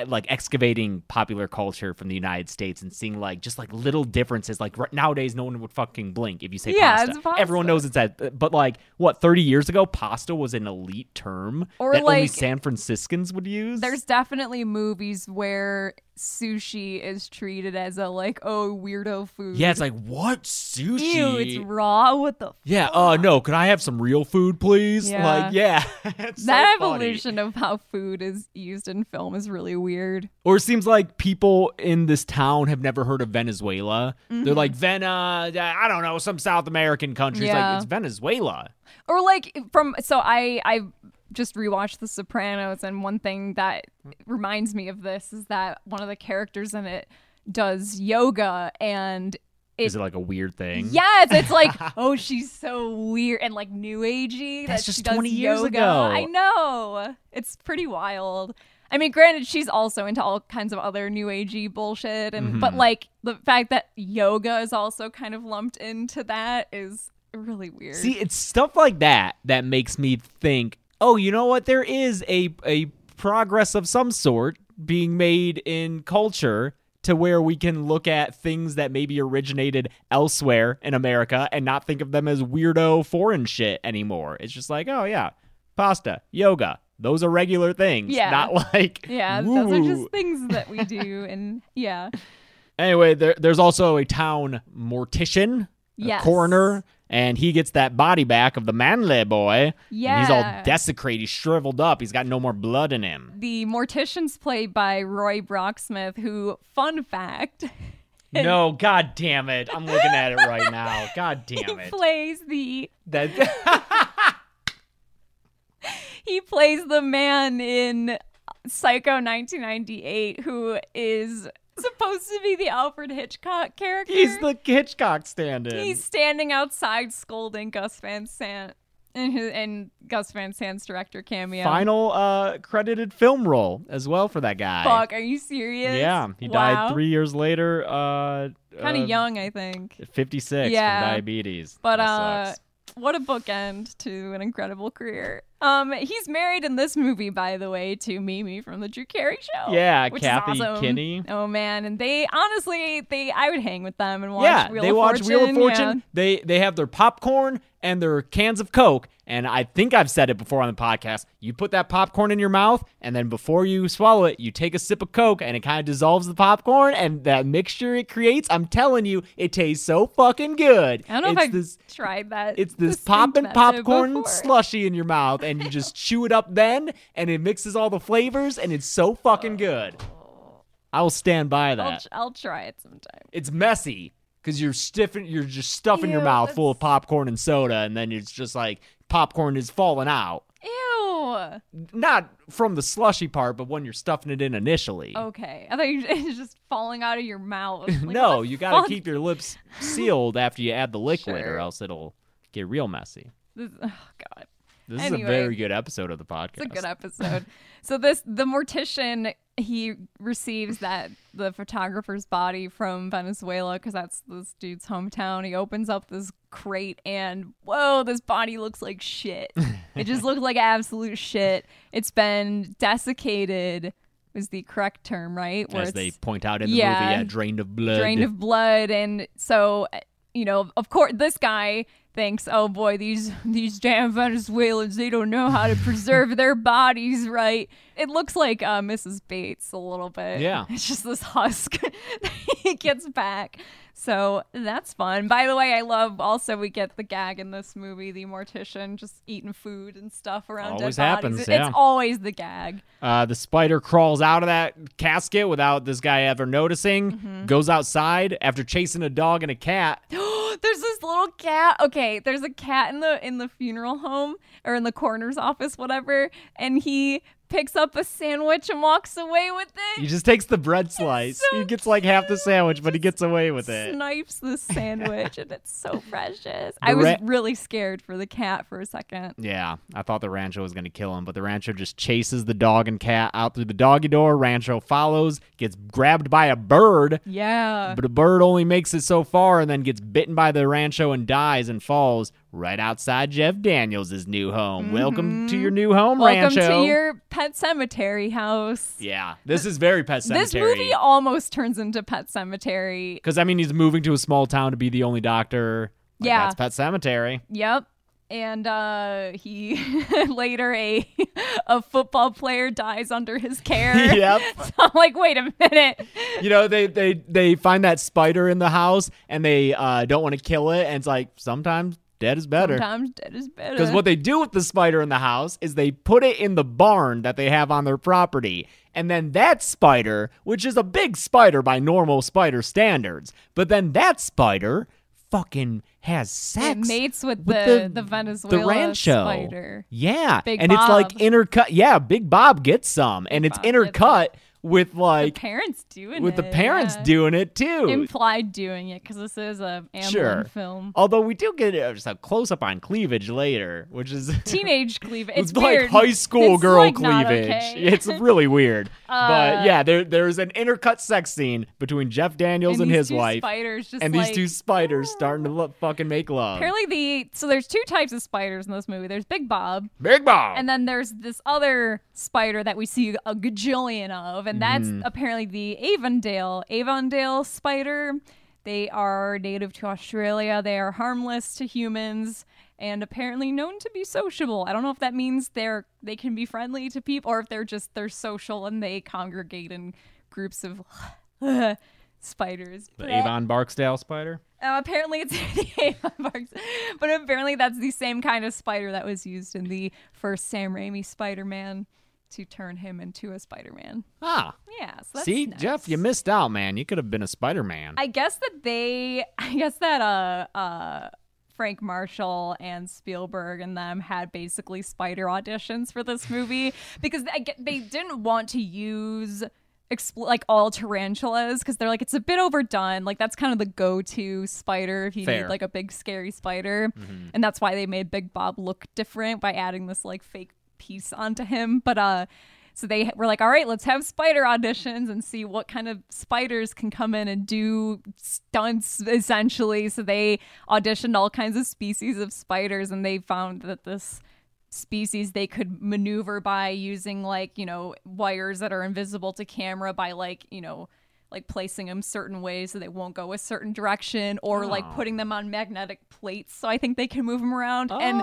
Speaker 4: like excavating popular culture from the United States and seeing like just like little differences. Like right nowadays, no one would fucking blink if you say
Speaker 5: Yeah,
Speaker 4: pasta.
Speaker 5: it's pasta.
Speaker 4: Everyone knows it's that. But like what thirty years ago, pasta was an elite term
Speaker 5: Or,
Speaker 4: that only
Speaker 5: like,
Speaker 4: San Franciscans would use.
Speaker 5: There's definitely movies where sushi is treated as a like, oh, weirdo food.
Speaker 4: yeah, it's like what sushi?
Speaker 5: Ew, it's raw. What the
Speaker 4: Yeah. Uh, no. Could I have some real food, please?
Speaker 5: Yeah.
Speaker 4: Like, yeah. It's so
Speaker 5: that
Speaker 4: funny.
Speaker 5: evolution of how food is used in film is really weird.
Speaker 4: Or it seems like people in this town have never heard of Venezuela.
Speaker 5: Mm-hmm.
Speaker 4: They're like Vena. I don't know, some South American country. It's
Speaker 5: Yeah.
Speaker 4: Like it's Venezuela.
Speaker 5: Or like from so I I just rewatched The Sopranos and one thing that reminds me of this is that one of the characters in it does yoga and
Speaker 4: Is
Speaker 5: It-
Speaker 4: it like a weird thing?
Speaker 5: yes, it's like oh she's so weird and like new agey.
Speaker 4: That's
Speaker 5: that
Speaker 4: just
Speaker 5: she does
Speaker 4: 20 years
Speaker 5: yoga.
Speaker 4: ago.
Speaker 5: I know it's pretty wild. I mean, granted, she's also into all kinds of other new agey bullshit, and
Speaker 4: Mm-hmm.
Speaker 5: but like the fact that yoga is also kind of lumped into that is really weird.
Speaker 4: See, it's stuff like that that makes me think. Oh, you know what? There is a a progress of some sort being made in culture to where we can look at things that maybe originated elsewhere in America and not think of them as weirdo foreign shit anymore. It's just like, oh yeah, pasta, yoga, those are regular things.
Speaker 5: Yeah.
Speaker 4: Not like
Speaker 5: yeah, those are
Speaker 4: woo-woo.
Speaker 5: just things that we do, and yeah,
Speaker 4: Anyway, there, there's also a town mortician, a
Speaker 5: Yes.
Speaker 4: coroner, and he gets that body back of the manly boy. And he's all
Speaker 5: Yeah.
Speaker 4: desecrated. He's shriveled up. He's got no more blood in him.
Speaker 5: the mortician's played by Roy Brocksmith, who, fun fact,
Speaker 4: no, god damn it. I'm looking at it right now. God damn
Speaker 5: he
Speaker 4: it.
Speaker 5: plays the
Speaker 4: That,
Speaker 5: he plays the man in Psycho 1998 who is supposed to be the Alfred Hitchcock character.
Speaker 4: he's the Hitchcock stand in.
Speaker 5: He's standing outside scolding Gus Van Sant and his and Gus Van Sant's director cameo.
Speaker 4: Final uh, credited film role as well for that guy.
Speaker 5: Fuck, are you serious?
Speaker 4: Yeah, he died three years later. Uh,
Speaker 5: Kind of
Speaker 4: uh,
Speaker 5: young, I think.
Speaker 4: 56
Speaker 5: Yeah.
Speaker 4: from diabetes.
Speaker 5: But
Speaker 4: That
Speaker 5: uh,
Speaker 4: sucks.
Speaker 5: what a bookend to an incredible career. Um, he's married in this movie, by the way, to Mimi from the Drew Carey Show.
Speaker 4: Yeah,
Speaker 5: which
Speaker 4: Kathy
Speaker 5: is awesome.
Speaker 4: Kinney.
Speaker 5: Oh man, and they honestly, they I would hang with them and watch.
Speaker 4: yeah,
Speaker 5: Wheel
Speaker 4: they
Speaker 5: of
Speaker 4: watch
Speaker 5: Fortune.
Speaker 4: Wheel of Fortune.
Speaker 5: yeah.
Speaker 4: They they have their popcorn and their cans of Coke. And I think I've said it before on the podcast. You put that popcorn in your mouth, and then before you swallow it, you take a sip of Coke, and it kind of dissolves the popcorn. And that mixture it creates, I'm telling you, it tastes so fucking good.
Speaker 5: I don't know
Speaker 4: It's
Speaker 5: if I've
Speaker 4: this-
Speaker 5: tried that.
Speaker 4: it's this
Speaker 5: distinct
Speaker 4: poppin'
Speaker 5: method
Speaker 4: popcorn
Speaker 5: before.
Speaker 4: slushy in your mouth, and you just chew it up then, and it mixes all the flavors, and it's so fucking good. I will stand by
Speaker 5: Oh. I'll,
Speaker 4: that.
Speaker 5: I'll try it sometime.
Speaker 4: It's messy because you're stiffing, you're just stuffing your
Speaker 5: Ew,
Speaker 4: mouth full of
Speaker 5: that's-
Speaker 4: popcorn and soda, and then it's just like popcorn is falling out.
Speaker 5: Ew.
Speaker 4: Not from the slushy part, but when you're stuffing it in initially.
Speaker 5: Okay. I thought you it's just falling out of your mouth. Oh, Like, what
Speaker 4: no,
Speaker 5: the
Speaker 4: you gotta
Speaker 5: fuck?
Speaker 4: keep your lips sealed after you add the liquid, or
Speaker 5: Sure.
Speaker 4: else it'll get real messy.
Speaker 5: This, oh god.
Speaker 4: This is a
Speaker 5: Anyway.
Speaker 4: very good episode of the podcast.
Speaker 5: It's a good episode. so this the mortician he receives that the photographer's body from Venezuela because that's this dude's hometown. He opens up this crate and whoa, this body looks like shit. it just looked like absolute shit. It's been desiccated was the correct term, right? Where
Speaker 4: as they
Speaker 5: it's-
Speaker 4: point out in the
Speaker 5: yeah.
Speaker 4: movie, yeah, drained of blood.
Speaker 5: drained of blood and so you know of course this guy thinks oh boy these these damn venezuelans they don't know how to preserve their bodies right it looks like uh, mrs bates a little bit
Speaker 4: Yeah.
Speaker 5: it's just this husk that he gets back so that's fun by the way i love also we get the gag in this movie the mortician just eating food and stuff around
Speaker 4: Always
Speaker 5: dead
Speaker 4: happens,
Speaker 5: bodies
Speaker 4: yeah.
Speaker 5: it's always the gag
Speaker 4: Uh, the spider crawls out of that casket without this guy ever noticing,
Speaker 5: Mm-hmm.
Speaker 4: goes outside after chasing a dog and a cat.
Speaker 5: there's this little cat. Okay, there's a cat in the in the funeral home or in the coroner's office, whatever, and he picks up a sandwich and walks away with
Speaker 4: He
Speaker 5: it.
Speaker 4: just takes the bread slice.
Speaker 5: so
Speaker 4: he gets like half the sandwich, but he gets away with it.
Speaker 5: Snipes the sandwich, and it's so precious. I was
Speaker 4: ra-
Speaker 5: really scared for the cat for a second.
Speaker 4: Yeah, I thought the Rancho was going to kill him, but the Rancho just chases the dog and cat out through the doggy door. Rancho follows, gets grabbed by a bird,
Speaker 5: Yeah.
Speaker 4: but a bird only makes it so far and then gets bitten by the Rancho and dies and falls right outside Jeff Daniels' new home. Welcome to your new home,
Speaker 5: Mm-hmm. Welcome
Speaker 4: Rancho.
Speaker 5: to your pet cemetery house.
Speaker 4: Yeah, this is very Pet
Speaker 5: This
Speaker 4: Cemetery.
Speaker 5: movie almost turns into Pet Cemetery.
Speaker 4: Because I mean, he's moving to a small town to be the only doctor. Like,
Speaker 5: Yeah.
Speaker 4: that's Pet Cemetery.
Speaker 5: Yep. And uh, he later a a football player dies under his care.
Speaker 4: Yep.
Speaker 5: So I'm like, wait a minute.
Speaker 4: You know, they they they find that spider in the house and they uh, don't want to kill it, and it's like sometimes dead is better.
Speaker 5: Sometimes dead is better.
Speaker 4: Because what they do with the spider in the house is they put it in the barn that they have on their property. And then that spider, which is a big spider by normal spider standards, but then that spider fucking has sex.
Speaker 5: it mates with,
Speaker 4: with
Speaker 5: the, the Venezuela
Speaker 4: the rancho
Speaker 5: spider.
Speaker 4: Yeah,
Speaker 5: Big
Speaker 4: and it's like
Speaker 5: Bob.
Speaker 4: intercut. Yeah, Big Bob gets some, and it's
Speaker 5: Bob gets
Speaker 4: intercut with like
Speaker 5: Parents doing
Speaker 4: with
Speaker 5: it.
Speaker 4: the parents
Speaker 5: yeah.
Speaker 4: doing it too.
Speaker 5: implied doing it because this is a Amblin
Speaker 4: sure. Oh,
Speaker 5: film.
Speaker 4: Although we do get a, just a close up on cleavage later, which is
Speaker 5: Teenage cleavage.
Speaker 4: it's
Speaker 5: It's
Speaker 4: like
Speaker 5: weird.
Speaker 4: high school
Speaker 5: It's,
Speaker 4: girl
Speaker 5: like, not
Speaker 4: cleavage.
Speaker 5: okay. Uh,
Speaker 4: It's really weird. but yeah, there there's an intercut sex scene between Jeff Daniels and,
Speaker 5: these
Speaker 4: his
Speaker 5: two
Speaker 4: wife,
Speaker 5: Spiders just
Speaker 4: and
Speaker 5: like-
Speaker 4: these two spiders starting to look, fucking make love.
Speaker 5: Apparently the so there's two types of spiders in this movie. There's Big Bob,
Speaker 4: Big Bob.
Speaker 5: and then there's this other spider that we see a gajillion of, and that's apparently the Avondale Avondale spider. They are native to Australia. They are harmless to humans and apparently known to be sociable. I don't know if that means they're they can be friendly to people or if they're just they're social and they congregate in groups of spiders.
Speaker 4: the Avon Barksdale spider.
Speaker 5: Uh, apparently, it's the Avon Barks, but apparently that's the same kind of spider that was used in the first Sam Raimi Spider-Man to turn him into a Spider-Man.
Speaker 4: Ah,
Speaker 5: Yeah, so that's
Speaker 4: See,
Speaker 5: nice.
Speaker 4: Jeff, you missed out, man. You could have been a Spider Man.
Speaker 5: I guess that they, I guess that uh, uh, Frank Marshall and Spielberg and them had basically spider auditions for this movie because I get, they didn't want to use. Expl- like all tarantulas because they're like it's a bit overdone like that's kind of the go-to spider if you
Speaker 4: Fair.
Speaker 5: need like a big scary spider and that's why they made big bob look different by adding this like fake piece onto him but uh so they were like, all right, let's have spider auditions and see what kind of spiders can come in and do stunts, essentially. So they auditioned all kinds of species of spiders and they found that this species they could maneuver by using, like, you know, wires that are invisible to camera by, like, you know, like placing them certain ways so they won't go a certain direction or like putting them on magnetic plates so I think they can move them around.
Speaker 4: Oh.
Speaker 5: And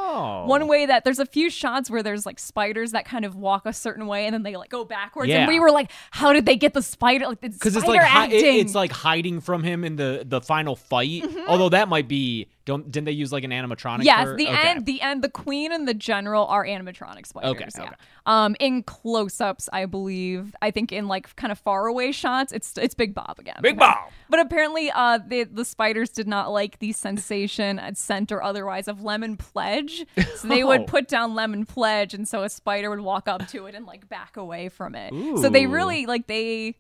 Speaker 5: one way that there's a few shots where there's like spiders that kind of walk a certain way and then they like go backwards.
Speaker 4: Yeah.
Speaker 5: And we were like, how did they get the spider? Like, it's
Speaker 4: because
Speaker 5: spider
Speaker 4: it's like hi-
Speaker 5: acting. Mm-hmm.
Speaker 4: it- it's like hiding from him in the the final fight. Although that might be don't didn't they use like an animatronic?
Speaker 5: Yes,
Speaker 4: for-
Speaker 5: the
Speaker 4: okay.
Speaker 5: end. The end. The queen and the general are animatronic spiders.
Speaker 4: Okay,
Speaker 5: yeah.
Speaker 4: okay.
Speaker 5: Um, in close-ups, I believe. I think in like kind of faraway shots, it's it's Big Bob again.
Speaker 4: Big Bob!
Speaker 5: But apparently, uh, the the spiders did not like the sensation, uh, scent, or otherwise of lemon pledge. So they
Speaker 4: Oh.
Speaker 5: would put down lemon pledge, and so a spider would walk up to it and like back away from it. So they
Speaker 4: Ooh.
Speaker 5: really like they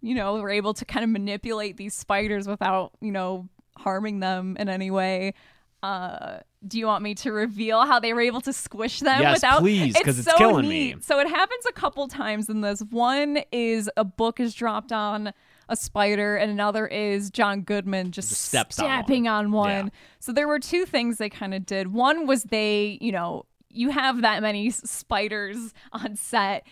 Speaker 5: you know, were able to kind of manipulate these spiders without, you know, harming them in any way. Uh, do you want me to reveal how they were able to squish them
Speaker 4: Yes,
Speaker 5: without?
Speaker 4: please, 'cause it's
Speaker 5: so
Speaker 4: killing
Speaker 5: neat.
Speaker 4: me.
Speaker 5: So it happens a couple times in this. One is a book is dropped on a spider, and another is John Goodman just,
Speaker 4: Just steps on
Speaker 5: stepping on one.
Speaker 4: Yeah.
Speaker 5: So there were two things they kind of did. One was they, you know, you have that many s- spiders on set.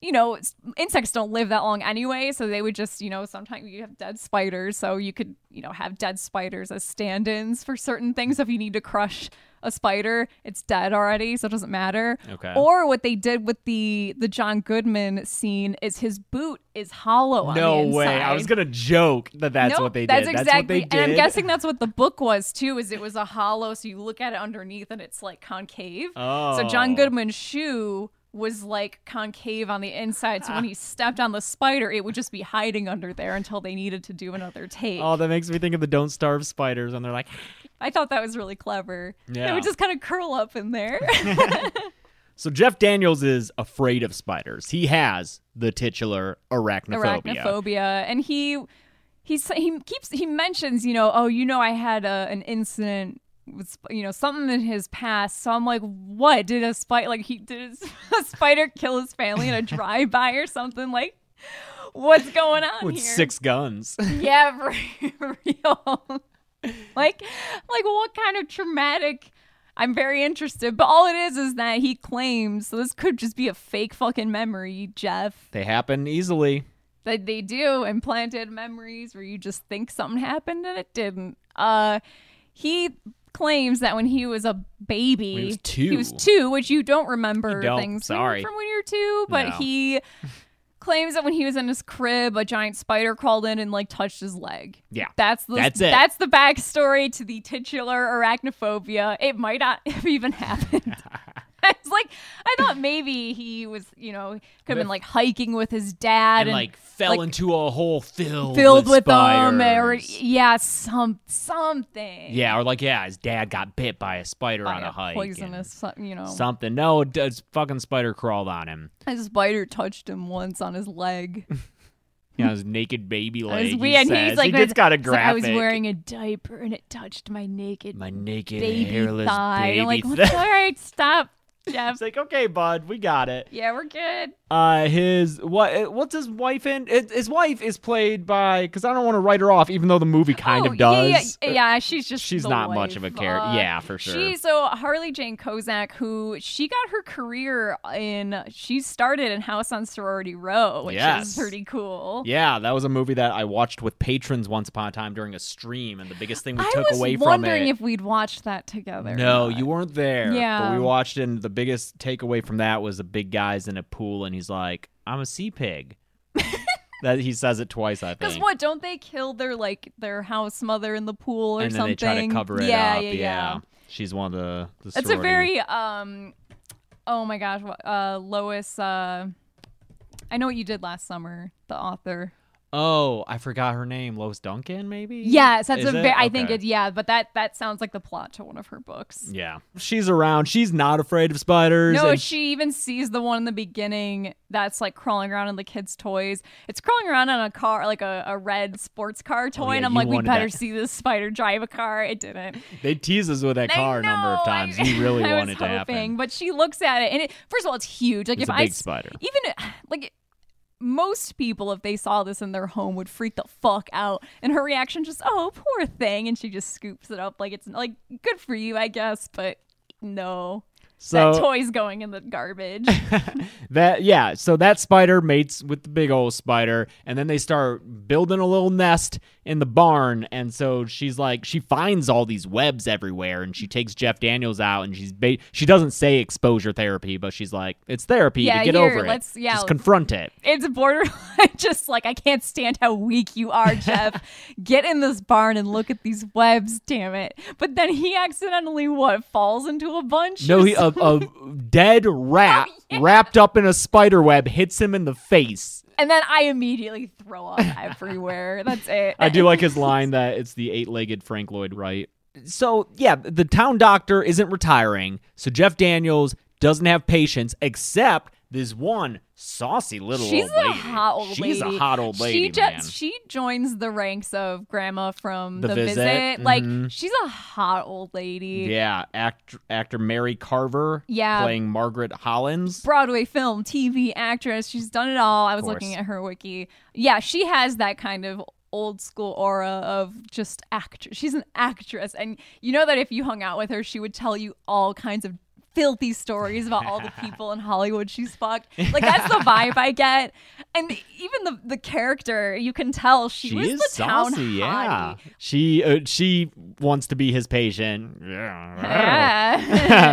Speaker 5: You know, s- insects don't live that long anyway, so they would just, you know, sometimes you have dead spiders, so you could, you know, have dead spiders as stand-ins for certain things. If you need to crush a spider, it's dead already, so it doesn't matter.
Speaker 4: Okay.
Speaker 5: Or what they did with the the John Goodman scene is his boot is hollow.
Speaker 4: No
Speaker 5: on the
Speaker 4: way! I
Speaker 5: inside.
Speaker 4: was gonna joke that that's
Speaker 5: No,
Speaker 4: what they
Speaker 5: That's
Speaker 4: did.
Speaker 5: exactly.
Speaker 4: That's what they did.
Speaker 5: And I'm guessing that's what the book was too. Is it was a hollow, so you look at it underneath and it's like concave. So
Speaker 4: Oh.
Speaker 5: John Goodman's shoe was like concave on the inside, so when he stepped on the spider, it would just be hiding under there until they needed to do another take.
Speaker 4: Oh, that makes me think of the Don't Starve Spiders, and they're like,
Speaker 5: I thought that was really clever.
Speaker 4: Yeah.
Speaker 5: It would just kind of curl up in there.
Speaker 4: So Jeff Daniels is afraid of spiders. He has the titular arachnophobia.
Speaker 5: arachnophobia and he he sa- he keeps he mentions you know oh you know i had a, an incident with sp- you know something in his past so i'm like what did a spider like he did his, a spider kill his family in a drive-by or something like what's going on
Speaker 4: with
Speaker 5: here?
Speaker 4: six guns.
Speaker 5: yeah for real like like what kind of traumatic I'm very interested, but all it is is that he claims so this could just be a fake fucking memory, Jeff
Speaker 4: they happen easily.
Speaker 5: that they do implanted memories where you just think something happened and it didn't uh he claims that when he was a baby
Speaker 4: When he was two.
Speaker 5: he was two, which you don't remember
Speaker 4: You don't,
Speaker 5: things
Speaker 4: sorry.
Speaker 5: from when you're two but
Speaker 4: No.
Speaker 5: he claims that when he was in his crib a giant spider crawled in and like touched his leg
Speaker 4: Yeah.
Speaker 5: that's the
Speaker 4: That's it.
Speaker 5: that's the backstory to the titular arachnophobia it might not have even happened it's like I thought maybe he was, you know, could have been like hiking with his dad
Speaker 4: And, like fell
Speaker 5: like,
Speaker 4: into a hole filled
Speaker 5: filled with
Speaker 4: spiders.
Speaker 5: them or yeah, some something.
Speaker 4: yeah, or like yeah, his dad got bit by a spider
Speaker 5: By
Speaker 4: on
Speaker 5: a
Speaker 4: a, hike. and
Speaker 5: poisonous, so- you know,
Speaker 4: Something. No, d- a fucking spider crawled on him.
Speaker 5: a spider touched him once on his leg.
Speaker 4: Yeah, his naked baby
Speaker 5: It was
Speaker 4: leg.
Speaker 5: weird.
Speaker 4: He, says.
Speaker 5: He's like,
Speaker 4: he just got a
Speaker 5: he's like,
Speaker 4: graphic.
Speaker 5: I was wearing a diaper and it touched my naked
Speaker 4: my naked
Speaker 5: baby
Speaker 4: hairless
Speaker 5: thigh.
Speaker 4: baby.
Speaker 5: I'm like,
Speaker 4: thigh.
Speaker 5: "What's- all right, stop, Jeff.
Speaker 4: It's like okay, bud, we got it.
Speaker 5: yeah, we're good.
Speaker 4: Uh, his what? What's his wife in? It, his wife is played by because I don't want to write her off, even though the movie kind
Speaker 5: Oh,
Speaker 4: of
Speaker 5: yeah, yeah,
Speaker 4: does.
Speaker 5: Yeah, she's just
Speaker 4: She's
Speaker 5: the
Speaker 4: not much of a
Speaker 5: wife.
Speaker 4: character.
Speaker 5: Uh,
Speaker 4: yeah, for sure.
Speaker 5: She so Harley Jane Kozak, who she got her career in. She started in House on Sorority Row, which
Speaker 4: Yes.
Speaker 5: is pretty cool.
Speaker 4: yeah, that was a movie that I watched with patrons once upon a time during a stream, and the biggest thing we
Speaker 5: I
Speaker 4: took
Speaker 5: was
Speaker 4: away from
Speaker 5: wondering
Speaker 4: it.
Speaker 5: if we'd watched that together. or
Speaker 4: no,
Speaker 5: not.
Speaker 4: you weren't there.
Speaker 5: Yeah.
Speaker 4: but we watched it, and the biggest takeaway from that was the big guy's in a pool, and he's like, "I'm a sea pig." that he says it twice, I
Speaker 5: Because
Speaker 4: think.
Speaker 5: what don't they kill their like their house mother in the pool or
Speaker 4: and then
Speaker 5: something?
Speaker 4: they try to cover it
Speaker 5: yeah,
Speaker 4: up.
Speaker 5: Yeah, yeah,
Speaker 4: she's one of the. the
Speaker 5: It's a
Speaker 4: sorority-
Speaker 5: very um, oh my gosh, what- uh, Lois. Uh, I know what you did last summer. The author.
Speaker 4: Oh, I forgot her name. Lois Duncan, maybe.
Speaker 5: Yes, that's
Speaker 4: Is
Speaker 5: a
Speaker 4: it?
Speaker 5: very. I think
Speaker 4: Okay.
Speaker 5: it's yeah, but that that sounds like the plot to one of her books.
Speaker 4: Yeah, she's around. She's not afraid of spiders.
Speaker 5: No,
Speaker 4: and-
Speaker 5: she even sees the one in the beginning that's like crawling around on the kids' toys. It's crawling around on a car, like a, a red sports car toy,
Speaker 4: Oh, yeah,
Speaker 5: and I'm
Speaker 4: you
Speaker 5: like, we
Speaker 4: wanted
Speaker 5: better
Speaker 4: that.
Speaker 5: see this spider drive a car. It didn't.
Speaker 4: they tease us with that
Speaker 5: I
Speaker 4: car a number of
Speaker 5: know,
Speaker 4: times.
Speaker 5: I-
Speaker 4: you really
Speaker 5: I
Speaker 4: want
Speaker 5: was
Speaker 4: it to
Speaker 5: hoping,
Speaker 4: happen.
Speaker 5: But she looks at it, and it first of all, it's huge. Like
Speaker 4: It's a
Speaker 5: if I
Speaker 4: big
Speaker 5: s-
Speaker 4: spider.
Speaker 5: even like most people, if they saw this in their home, would freak the fuck out. And her reaction just, oh, poor thing, and she just scoops it up like it's like good for you, I guess, but no.
Speaker 4: So
Speaker 5: that toy's going in the garbage.
Speaker 4: that yeah, so that spider mates with the big old spider, and then they start building a little nest in the barn. And so she's like, she finds all these webs everywhere, and she takes Jeff Daniels out, and she's ba- she doesn't say exposure therapy, but she's like, it's therapy
Speaker 5: Yeah,
Speaker 4: to get
Speaker 5: here,
Speaker 4: over it.
Speaker 5: let's- yeah,
Speaker 4: just confront it.
Speaker 5: it's borderline just like I can't stand how weak you are, Jeff. Get in this barn and look at these webs, damn it. But then he accidentally what falls into a bunch?
Speaker 4: No,
Speaker 5: or
Speaker 4: he, a,
Speaker 5: something?
Speaker 4: a dead
Speaker 5: Oh,
Speaker 4: rat wrapped up in a spider web hits him in the face.
Speaker 5: and then I immediately throw up everywhere. That's it.
Speaker 4: I do like his line that it's the eight legged Frank Lloyd Wright. So, yeah, the town doctor isn't retiring. So, Jeff Daniels doesn't have patience except this one saucy little
Speaker 5: She's
Speaker 4: old
Speaker 5: a
Speaker 4: lady.
Speaker 5: hot old
Speaker 4: She's
Speaker 5: lady.
Speaker 4: a hot old lady.
Speaker 5: She
Speaker 4: man.
Speaker 5: she joins the ranks of grandma from
Speaker 4: The
Speaker 5: the,
Speaker 4: Visit,
Speaker 5: visit. Like
Speaker 4: mhm.
Speaker 5: she's a hot old lady.
Speaker 4: yeah, act, actor Mary Carver
Speaker 5: Yeah.
Speaker 4: playing Margaret Hollins.
Speaker 5: Broadway film, TV actress. She's done it all. I was
Speaker 4: course.
Speaker 5: looking at her wiki. Yeah, she has that kind of old school aura of just actress. She's an actress. And you know that if you hung out with her, she would tell you all kinds of filthy stories about all the people in Hollywood she's fucked. Like that's the vibe I get. And even the the character, you can tell she, was
Speaker 4: is
Speaker 5: the town
Speaker 4: saucy, yeah.
Speaker 5: hottie.
Speaker 4: She uh, she wants to be his patient. Yeah.
Speaker 5: Yeah.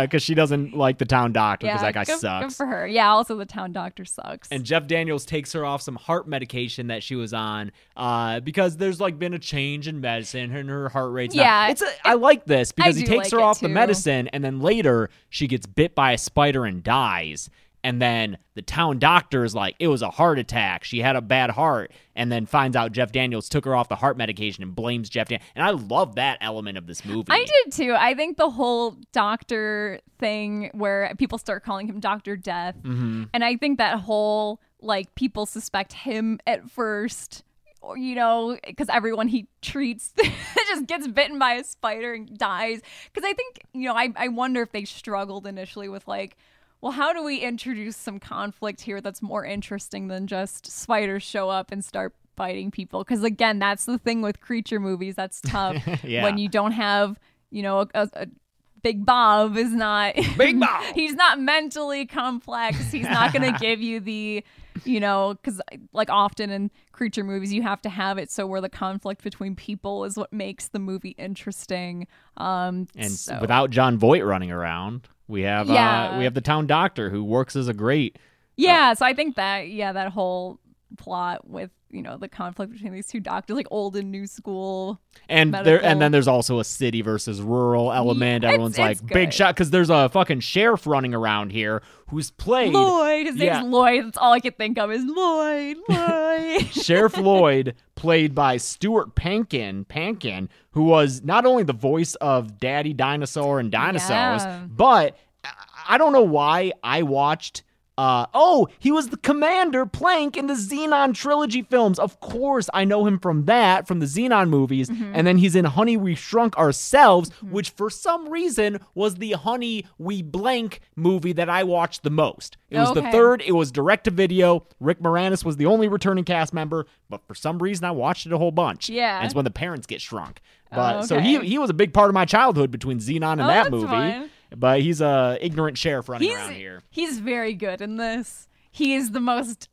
Speaker 4: because she doesn't like the town doctor because
Speaker 5: Yeah,
Speaker 4: that guy
Speaker 5: good- good
Speaker 4: sucks.
Speaker 5: for her. Yeah, also the town doctor sucks.
Speaker 4: And Jeff Daniels takes her off some heart medication that she was on uh, because there's like been a change in medicine and her heart rate's. not-
Speaker 5: Yeah,
Speaker 4: it's a, I like this because he
Speaker 5: do
Speaker 4: takes
Speaker 5: like
Speaker 4: her
Speaker 5: it
Speaker 4: off the
Speaker 5: too.
Speaker 4: medicine and then later she gets bit by a spider and dies. And then the town doctor is like, it was a heart attack. She had a bad heart. And then finds out Jeff Daniels took her off the heart medication and blames Jeff Daniels. And I love that element of this movie.
Speaker 5: I did too. I think the whole doctor thing where people start calling him Dr. Death. And I think that whole like people suspect him at first. Or, you know, because everyone he treats just gets bitten by a spider and dies. Because I think, you know, I, I wonder if they struggled initially with like, well, how do we introduce some conflict here that's more interesting than just spiders show up and start biting people? Because again, that's the thing with creature movies. That's tough
Speaker 4: Yeah.
Speaker 5: when you don't have, you know, a, a, a Big Bob is not
Speaker 4: Big Bob!
Speaker 5: he's not mentally complex. He's not going to give you the, you know, because like often in creature movies, you have to have it so where the conflict between people is what makes the movie
Speaker 4: Oh.
Speaker 5: interesting. Um,
Speaker 4: and s-
Speaker 5: so-
Speaker 4: without John Voight running around, we have uh,
Speaker 5: Yeah.
Speaker 4: we have the town doctor who works as a great
Speaker 5: Yeah, so I think that yeah, that whole plot with you know the conflict between these two doctors, like old and new school.
Speaker 4: and there and
Speaker 5: Medical.
Speaker 4: then there's also a city versus rural element.
Speaker 5: it's-
Speaker 4: Everyone's
Speaker 5: it's
Speaker 4: like big
Speaker 5: good.
Speaker 4: shot because there's a fucking sheriff running around here who's played
Speaker 5: Lloyd, his
Speaker 4: yeah.
Speaker 5: name's Lloyd. That's all I could think of is Lloyd, Lloyd.
Speaker 4: Sheriff Lloyd, played by Stuart Pankin, Pankin, who was not only the voice of Daddy Dinosaur and Dinosaurs,
Speaker 5: Yeah.
Speaker 4: but I- I don't know why I watched. Uh, oh, he was the commander Plank in the Xenon trilogy films. Of course, I know him from that, from the Xenon movies.
Speaker 5: Mm-hmm.
Speaker 4: And then he's in Honey, We Shrunk Ourselves, which for some reason was the Honey, We Blank movie that I watched the most. It was the
Speaker 5: Okay.
Speaker 4: third. It was direct to video. Rick Moranis was the only returning cast member, but for some reason I watched it a whole bunch.
Speaker 5: Yeah.
Speaker 4: And it's when the parents get shrunk. But
Speaker 5: Oh,
Speaker 4: so he
Speaker 5: okay.
Speaker 4: he was a big part of my childhood between Xenon and
Speaker 5: Oh,
Speaker 4: that
Speaker 5: that's
Speaker 4: movie.
Speaker 5: fine.
Speaker 4: But he's a ignorant sheriff running
Speaker 5: he's
Speaker 4: around here.
Speaker 5: he's very good in this. He is the most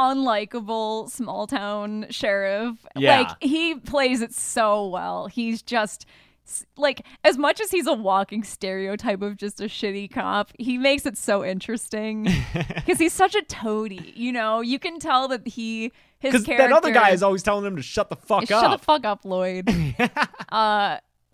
Speaker 5: unlikable small town sheriff.
Speaker 4: Yeah.
Speaker 5: Like he plays it so well. He's just s- like as much as he's a walking stereotype of just a shitty cop, he makes it so interesting because he's such a toady. You know, you can tell that he his
Speaker 4: Because
Speaker 5: character
Speaker 4: that other guy is always telling him to shut the fuck
Speaker 5: Shut
Speaker 4: up.
Speaker 5: the fuck up, Lloyd. uh,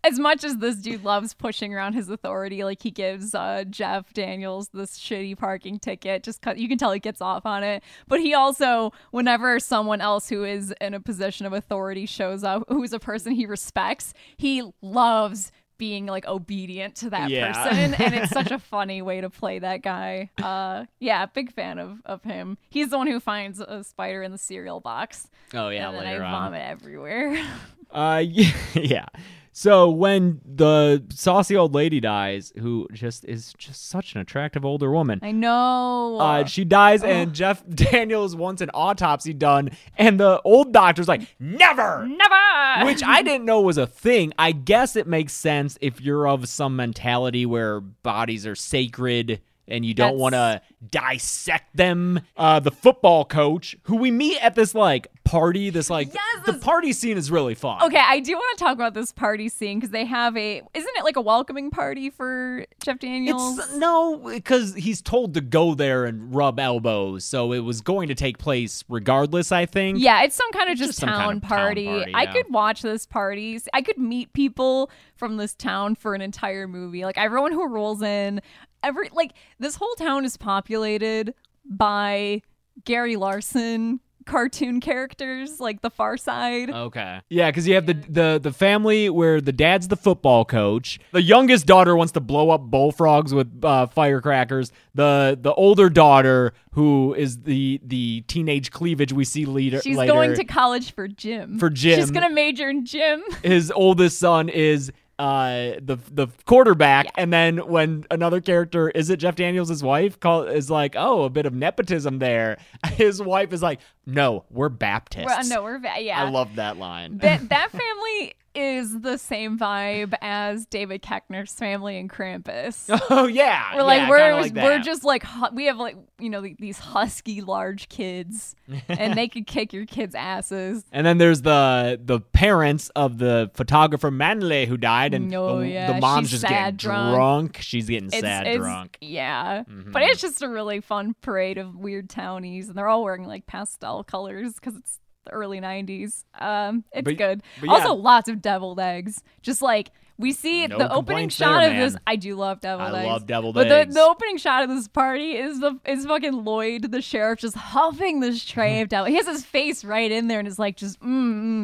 Speaker 5: as much as this dude loves pushing around his authority, like he gives uh, Jeff Daniels this shitty parking ticket, just cut. You can tell he gets off on it. But he also, whenever someone else who is in a position of authority shows up, who's a person he respects, he loves being like obedient to that
Speaker 4: Yeah.
Speaker 5: person and it's such a funny way to play that guy uh yeah big fan of of him he's the one who finds a spider in the cereal box
Speaker 4: oh yeah,
Speaker 5: and then
Speaker 4: later
Speaker 5: I
Speaker 4: on.
Speaker 5: vomit everywhere.
Speaker 4: Uh, yeah. yeah. So when the saucy old lady dies, who just is just such an attractive older woman,
Speaker 5: I know.
Speaker 4: uh, she dies, and Jeff Daniels wants an autopsy done, and the old doctor's like, never.
Speaker 5: Never.
Speaker 4: Which I didn't know was a thing. I guess it makes sense if you're of some mentality where bodies are sacred and you don't
Speaker 5: That's-
Speaker 4: want to dissect them. Uh, the football coach, who we meet at this like party, this like
Speaker 5: Yes,
Speaker 4: the
Speaker 5: this-
Speaker 4: party scene is really fun.
Speaker 5: Okay, I do want to talk about this party scene because they have a isn't it like a welcoming party for Jeff Daniels?
Speaker 4: It's no, because he's told to go there and rub elbows, so it was going to take place regardless. I think.
Speaker 5: Yeah, it's some kind of just,
Speaker 4: Just some
Speaker 5: town,
Speaker 4: kind of town
Speaker 5: party.
Speaker 4: party,
Speaker 5: I
Speaker 4: yeah.
Speaker 5: could watch this party. I could meet people from this town for an entire movie. Like everyone who rolls in, every like this whole town is populated by Gary Larson cartoon characters like the Far Side.
Speaker 4: Okay. Yeah, because you have the, the the family where the dad's the football coach. The youngest daughter wants to blow up bullfrogs with uh, firecrackers. The the older daughter who is the the teenage cleavage we see later.
Speaker 5: She's
Speaker 4: later,
Speaker 5: going to college for gym.
Speaker 4: For
Speaker 5: She's
Speaker 4: gym.
Speaker 5: going to major in gym.
Speaker 4: his oldest son is. Uh, the the quarterback, and then when another character is it Jeff Daniels' his wife call is like, oh, a bit of nepotism there. His wife is like, no, we're Baptists.
Speaker 5: We're- uh, no, we're va- yeah.
Speaker 4: I love that line.
Speaker 5: that that family is the same vibe as David Keckner's family in Krampus.
Speaker 4: oh yeah,
Speaker 5: We're like
Speaker 4: yeah,
Speaker 5: we're
Speaker 4: kinda like
Speaker 5: we're
Speaker 4: that.
Speaker 5: just like hu- we have like you know like, these husky large kids, and they could kick your kids' asses.
Speaker 4: And then there's the the parents of the photographer Manley who died, and
Speaker 5: Oh,
Speaker 4: the,
Speaker 5: yeah,
Speaker 4: the mom's
Speaker 5: she's
Speaker 4: just getting
Speaker 5: sad drunk.
Speaker 4: drunk. She's getting
Speaker 5: It's,
Speaker 4: sad
Speaker 5: it's-
Speaker 4: drunk. Mm-hmm.
Speaker 5: yeah. But it's just a really fun parade of weird townies, and they're all wearing like pastel colors because it's the early '90s. Um, it's
Speaker 4: But-
Speaker 5: good.
Speaker 4: but yeah.
Speaker 5: Also, lots of deviled eggs. Just like we see
Speaker 4: No
Speaker 5: the opening
Speaker 4: complaints
Speaker 5: shot
Speaker 4: there,
Speaker 5: of this.
Speaker 4: man.
Speaker 5: I do love deviled
Speaker 4: I
Speaker 5: eggs.
Speaker 4: love deviled
Speaker 5: but
Speaker 4: eggs.
Speaker 5: The, the opening shot of this party is the is fucking Lloyd, the sheriff, just huffing this tray of deviled. He has his face right in there, and is like just mm.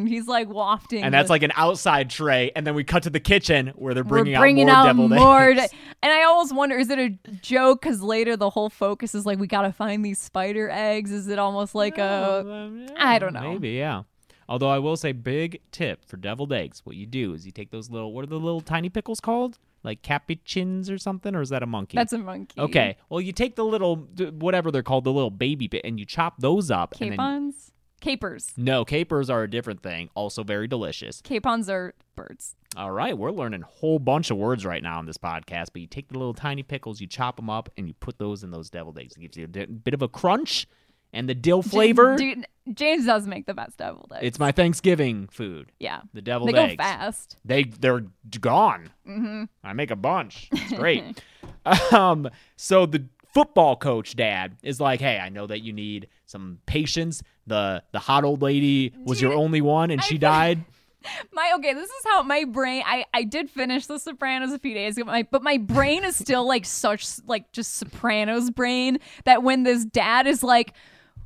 Speaker 5: mm. He's like wafting.
Speaker 4: and that's
Speaker 5: the-
Speaker 4: like an outside tray. And then we cut to the kitchen where they're bringing,
Speaker 5: we're bringing
Speaker 4: out
Speaker 5: out
Speaker 4: more deviled
Speaker 5: more
Speaker 4: eggs.
Speaker 5: de- and I always wonder is it a joke? Because later the whole focus is like we gotta find these spider eggs. Is it almost like a I don't know.
Speaker 4: Maybe yeah. Although I will say, big tip for deviled eggs: what you do is you take those little. What are the little tiny pickles called? Like capuchins or something, or is that a monkey?
Speaker 5: that's a monkey?
Speaker 4: Okay, well, you take the little whatever they're called, the little baby bit, and you chop those up. and then
Speaker 5: capons, capers,
Speaker 4: No, capers are a different thing. Also very delicious.
Speaker 5: capons are birds.
Speaker 4: All right, we're learning a whole bunch of words right now on this podcast. But you take the little tiny pickles, you chop them up, and you put those in those deviled eggs. It gives you a di- bit of a crunch and the dill flavor.
Speaker 5: Dude, James does make the best deviled eggs.
Speaker 4: It's my Thanksgiving food.
Speaker 5: yeah.
Speaker 4: The deviled
Speaker 5: They go
Speaker 4: eggs.
Speaker 5: fast.
Speaker 4: They they're gone. Mm-hmm. I make a bunch. It's great. um, so the football coach dad is like, "Hey, I know that you need some patience. The the hot old lady was your only one, and she died."
Speaker 5: My okay, this is how my brain. I I did finish The Sopranos a few days ago, my, but my brain is still like such like just Sopranos brain that when this dad is like.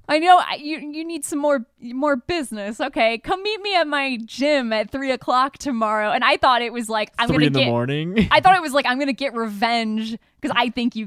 Speaker 5: I know I- you. You need some more more business. Okay, come meet me at my gym at three o'clock tomorrow. And I thought it was like I'm
Speaker 4: Three
Speaker 5: gonna
Speaker 4: in the
Speaker 5: get.
Speaker 4: morning.
Speaker 5: I thought it was like I'm gonna get revenge because I think you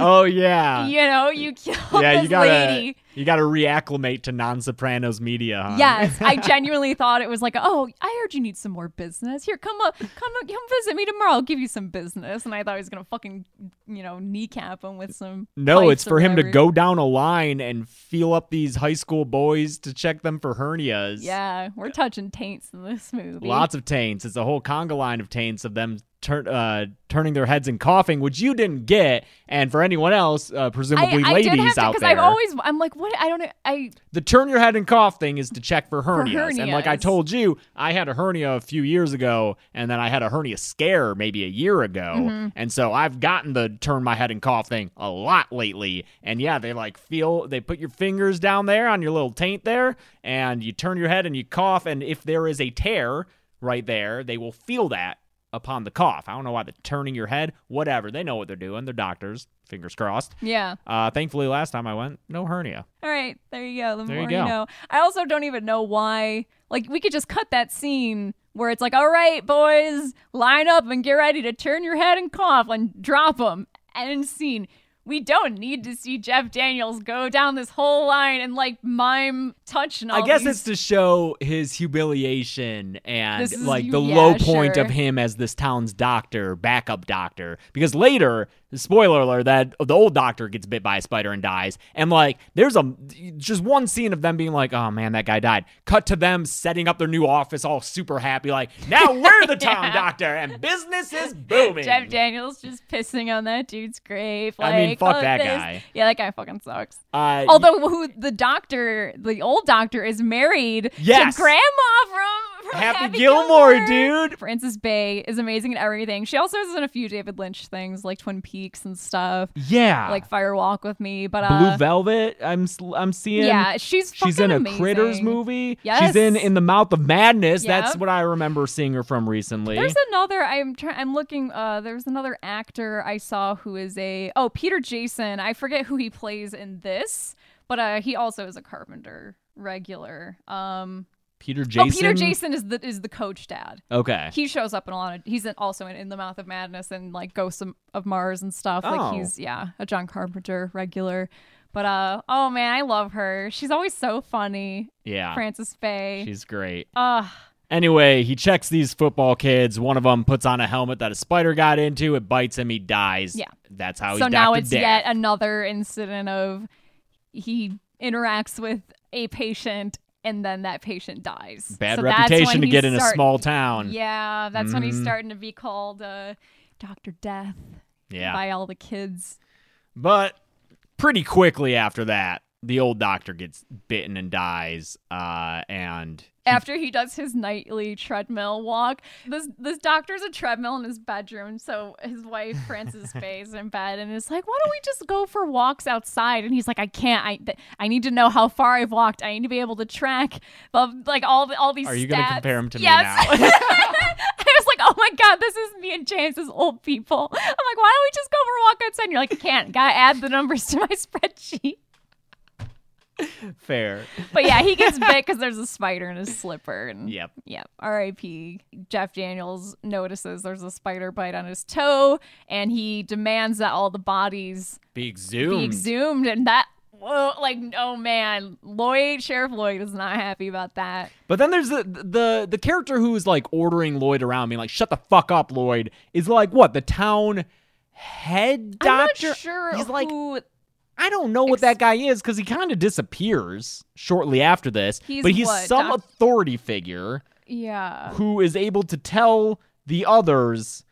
Speaker 4: Oh yeah.
Speaker 5: You know, you killed
Speaker 4: yeah,
Speaker 5: this
Speaker 4: you gotta
Speaker 5: lady.
Speaker 4: you gotta reacclimate to non Sopranos media, huh?
Speaker 5: Yes, I genuinely thought it was like, oh, I heard you need some more business. Here, come up, come up, come visit me tomorrow. I'll give you some business. And I thought he was gonna fucking, you know, kneecap him with some.
Speaker 4: No,
Speaker 5: pipes
Speaker 4: it's
Speaker 5: or
Speaker 4: for him to
Speaker 5: whatever.
Speaker 4: go down a line and feel up these high school boys to check them for hernias.
Speaker 5: Yeah, we're touching taints in this movie.
Speaker 4: Lots of taints. It's a whole conga line of taints of them turn uh, turning their heads and coughing, which you didn't get. And for anyone else, uh, presumably
Speaker 5: I, I
Speaker 4: ladies
Speaker 5: did have to
Speaker 4: out
Speaker 5: because
Speaker 4: there,
Speaker 5: I've always I'm like, what? I don't know. I
Speaker 4: the turn your head and cough thing is to check for hernias. And like I
Speaker 5: hernias.
Speaker 4: told you, I had a hernia a few years ago, and then I had a hernia scare maybe a year ago. And so I've gotten the turn my head and cough thing a lot lately. And yeah, they like feel, they put your fingers down there on your little taint there, and you turn your head and you cough. And if there is a tear right there, they will feel that upon the cough. I don't know why the turning your head, whatever. They know what they're doing. They're doctors, fingers crossed.
Speaker 5: yeah.
Speaker 4: Uh, thankfully, last time I went, no hernia.
Speaker 5: All right, there you go. The
Speaker 4: There you
Speaker 5: more you,
Speaker 4: go.
Speaker 5: know. I also don't even know why. Like, we could just cut that scene where it's like, "All right, boys, line up and get ready to turn your head and cough and drop them." End scene. we don't need to see Jeff Daniels go down this whole line and like mime touching. All
Speaker 4: I guess
Speaker 5: these-
Speaker 4: it's to show his humiliation and
Speaker 5: This is-
Speaker 4: like the
Speaker 5: yeah,
Speaker 4: low point
Speaker 5: sure.
Speaker 4: of him as this town's doctor, backup doctor. Because later, spoiler alert, that the old doctor gets bit by a spider and dies. And like, there's a just one scene of them being like, "Oh man, that guy died." Cut to them setting up their new office, all super happy, like, "Now we're the town doctor, and business is booming."
Speaker 5: Jeff Daniels just pissing on that dude's grave.
Speaker 4: I
Speaker 5: Like,
Speaker 4: mean, fuck
Speaker 5: all
Speaker 4: that
Speaker 5: this.
Speaker 4: guy.
Speaker 5: Yeah, that guy fucking sucks.
Speaker 4: Uh,
Speaker 5: Although who the doctor, the old doctor, is married
Speaker 4: Yes.
Speaker 5: to grandma from, from
Speaker 4: Happy
Speaker 5: Happy,
Speaker 4: Gilmore, dude.
Speaker 5: Frances Bay is amazing at everything. She also is in a few David Lynch things like Twin Peaks and stuff,
Speaker 4: yeah,
Speaker 5: like Fire Walk with Me. But uh,
Speaker 4: Blue Velvet. I'm sl- I'm seeing.
Speaker 5: yeah,
Speaker 4: She's
Speaker 5: she's fucking
Speaker 4: in a
Speaker 5: amazing.
Speaker 4: Critters movie. She's
Speaker 5: Yes.
Speaker 4: in In the Mouth of Madness. That's
Speaker 5: Yep.
Speaker 4: what I remember seeing her from recently.
Speaker 5: There's another. I'm trying. I'm looking. Uh, there's another actor I saw who is a. Oh, Peter Jason. I forget who he plays in this, but uh, he also is a carpenter regular. Um,
Speaker 4: Peter Jason. Eh.
Speaker 5: oh, Peter Jason is the is the coach dad.
Speaker 4: Okay.
Speaker 5: He shows up in a lot of. He's in, also in In the Mouth of Madness and like Ghosts of, of Mars and stuff.
Speaker 4: Oh.
Speaker 5: Like he's yeah a John Carpenter regular. But uh, oh man, I love her. She's always so funny.
Speaker 4: yeah.
Speaker 5: Frances Faye.
Speaker 4: Ah,
Speaker 5: Ah,
Speaker 4: She's great.
Speaker 5: Ugh.
Speaker 4: Anyway, he checks these football kids. One of them puts on a helmet that a spider got into. It bites him. He dies.
Speaker 5: Yeah.
Speaker 4: That's how he's
Speaker 5: so now
Speaker 4: Dr.
Speaker 5: it's
Speaker 4: Death.
Speaker 5: yet another incident of he interacts with a patient and then that patient dies.
Speaker 4: Bad
Speaker 5: So that's
Speaker 4: reputation
Speaker 5: when
Speaker 4: to
Speaker 5: he's
Speaker 4: get in a
Speaker 5: start-
Speaker 4: small town.
Speaker 5: Yeah, that's when he's
Speaker 4: Mhm.
Speaker 5: starting to be called uh, Doctor Death
Speaker 4: Yeah.
Speaker 5: by all the kids.
Speaker 4: But pretty quickly after that, the old doctor gets bitten and dies. Uh, and
Speaker 5: After he does his nightly treadmill walk, this this doctor's a treadmill in his bedroom. So his wife Frances Faye is in bed and is like, "Why don't we just go for walks outside?" And he's like, "I can't. I th- I need to know how far I've walked. I need to be able to track of like all the, all these."
Speaker 4: Are you gonna
Speaker 5: stats."
Speaker 4: compare him to me
Speaker 5: yes.
Speaker 4: now?
Speaker 5: I was like, "Oh my god, this is me and James as old people." I'm like, "Why don't we just go for a walk outside?" And you're like, "I can't. Gotta add the numbers to my spreadsheet."
Speaker 4: fair.
Speaker 5: But yeah, he gets bit because there's a spider in his slipper. And
Speaker 4: Yep.
Speaker 5: Yep. R.I.P. Jeff Daniels notices there's a spider bite on his toe, and he demands that all the bodies
Speaker 4: Be exhumed.
Speaker 5: be exhumed. And that, whoa, like, oh man, Lloyd, Sheriff Lloyd, is not happy about that.
Speaker 4: But then there's the the the character who's like ordering Lloyd around, being like, "Shut the fuck up, Lloyd." Is like what the town head
Speaker 5: I'm not
Speaker 4: doctor.
Speaker 5: sure
Speaker 4: He's like,
Speaker 5: who.
Speaker 4: I don't know what
Speaker 5: Ex-
Speaker 4: that guy is because he kind of disappears shortly after this.
Speaker 5: He's
Speaker 4: but he's
Speaker 5: what,
Speaker 4: some
Speaker 5: doc-
Speaker 4: authority figure
Speaker 5: Yeah.
Speaker 4: who is able to tell the others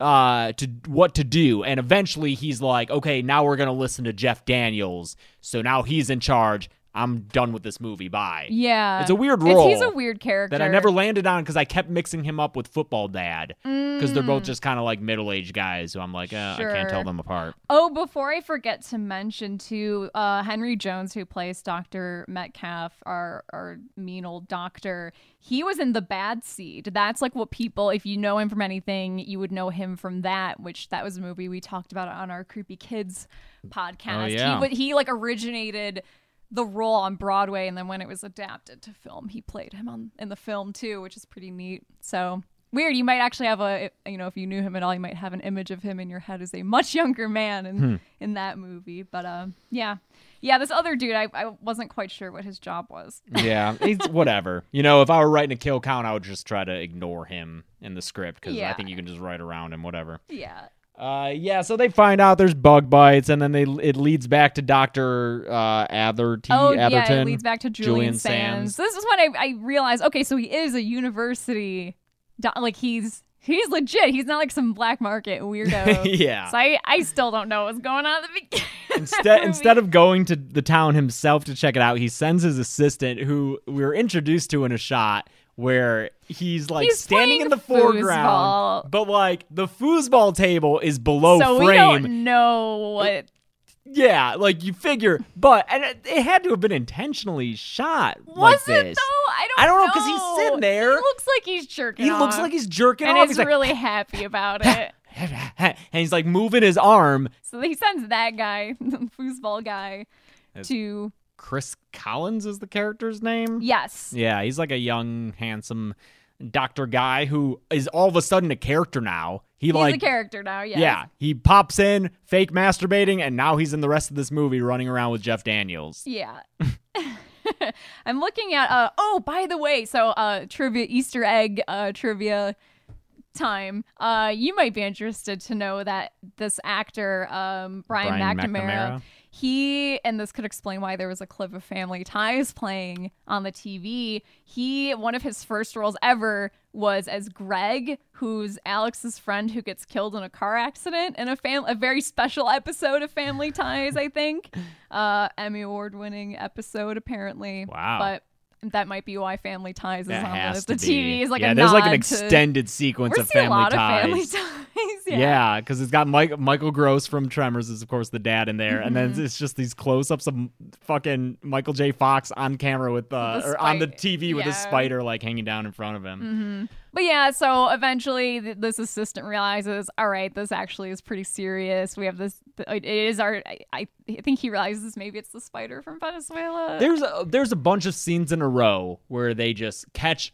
Speaker 4: uh to what to do and eventually he's like okay now we're gonna listen to jeff daniels so now he's in charge i'm done with this movie bye
Speaker 5: Yeah.
Speaker 4: It's a weird
Speaker 5: It's- He's
Speaker 4: role
Speaker 5: a weird character.
Speaker 4: that I never landed on because I kept mixing him up with football dad because they're both just kind of like middle aged guys. So I'm like, eh, I can't tell
Speaker 5: Mm. Sure.
Speaker 4: them apart.
Speaker 5: Oh, before I forget to mention too, uh, Henry Jones, who plays Doctor Metcalf, our our mean old doctor, he was in the Bad Seed. That's like what people, if you know him from anything, you would know him from that. Which that was a movie we talked about on our Creepy Kids podcast.
Speaker 4: Oh, yeah.
Speaker 5: He wa- he like originated the role on Broadway, and then when it was adapted to film, he played him on in the film too, which is pretty neat. So weird. You might actually have a you know if you knew him at all, you might have an image of him in your head as a much younger man in in that movie. But um, yeah, yeah. This other dude, I, I wasn't quite sure what his job was.
Speaker 4: Yeah, it's whatever. You know, if I were writing a kill count, I would just try to ignore him in the script because I
Speaker 5: Yeah.
Speaker 4: think you can just write around him, whatever.
Speaker 5: yeah.
Speaker 4: Uh, yeah, so they find out there's bug bites, and then they it leads back to Doctor uh, Atherton.
Speaker 5: Oh
Speaker 4: Atherton,
Speaker 5: yeah, it leads back to Julian, Sands. This is when I, I realized. Okay, so he is a university, do- like he's he's legit. He's not like some black market weirdo.
Speaker 4: yeah.
Speaker 5: So I, I still don't know what's going on at the beginning.
Speaker 4: Instead, instead of going to the town himself to check it out, he sends his assistant, who we were introduced to in a shot where he's like
Speaker 5: He's
Speaker 4: standing in the
Speaker 5: playing
Speaker 4: foreground,
Speaker 5: foosball.
Speaker 4: but like the foosball table is below
Speaker 5: so
Speaker 4: frame.
Speaker 5: we don't know what
Speaker 4: Yeah, like you figure, but and it, it had to have been intentionally shot.
Speaker 5: was
Speaker 4: like
Speaker 5: it
Speaker 4: this.
Speaker 5: though. I don't.
Speaker 4: I don't know, 'cause he's sitting there.
Speaker 5: He looks like he's jerking.
Speaker 4: He looks
Speaker 5: off,
Speaker 4: like he's jerking
Speaker 5: and
Speaker 4: off.
Speaker 5: is
Speaker 4: he's
Speaker 5: really happy about it.
Speaker 4: like, and he's like moving his arm.
Speaker 5: So he sends that guy, the foosball guy, to
Speaker 4: Chris Collins is the character's name.
Speaker 5: yes,
Speaker 4: Yeah, he's like a young, handsome doctor guy who is all of a sudden a character now. He
Speaker 5: He's
Speaker 4: like
Speaker 5: a character now, yes.
Speaker 4: Yeah, he pops in, fake masturbating, and now he's in the rest of this movie running around with Jeff Daniels.
Speaker 5: Yeah. I'm looking at uh oh by the way, so uh trivia Easter egg uh trivia time. Uh you might be interested to know that this actor um Brian,
Speaker 4: Brian
Speaker 5: McNamara,
Speaker 4: McNamara.
Speaker 5: he and this could explain why there was a clip of Family Ties playing on the TV. He one of his first roles ever was as Greg, who's Alex's friend who gets killed in a car accident in a fam- a very special episode of Family Ties, I think. Uh Emmy award winning episode apparently.
Speaker 4: Wow.
Speaker 5: But that might be why Family Ties is
Speaker 4: That
Speaker 5: on the,
Speaker 4: has
Speaker 5: the
Speaker 4: to be.
Speaker 5: TV is like
Speaker 4: yeah,
Speaker 5: a
Speaker 4: there's like an
Speaker 5: nod to-
Speaker 4: extended sequence
Speaker 5: We're
Speaker 4: of
Speaker 5: seeing
Speaker 4: family
Speaker 5: a lot
Speaker 4: ties.
Speaker 5: of Family Ties. Yeah.
Speaker 4: Yeah, because it's got Mike, Michael Gross from Tremors is of course the dad in there, and
Speaker 5: Mm-hmm.
Speaker 4: then it's just these close-ups of fucking Michael J. Fox on camera with uh,
Speaker 5: With a
Speaker 4: or on the
Speaker 5: spider.
Speaker 4: TV with a
Speaker 5: Yeah.
Speaker 4: spider like hanging down in front of him.
Speaker 5: But yeah, so eventually th- this assistant realizes, all right, this actually is pretty serious. We have this. th- It is our. I, I think he realizes maybe it's the spider from Venezuela.
Speaker 4: There's a, there's a bunch of scenes in a row where they just catch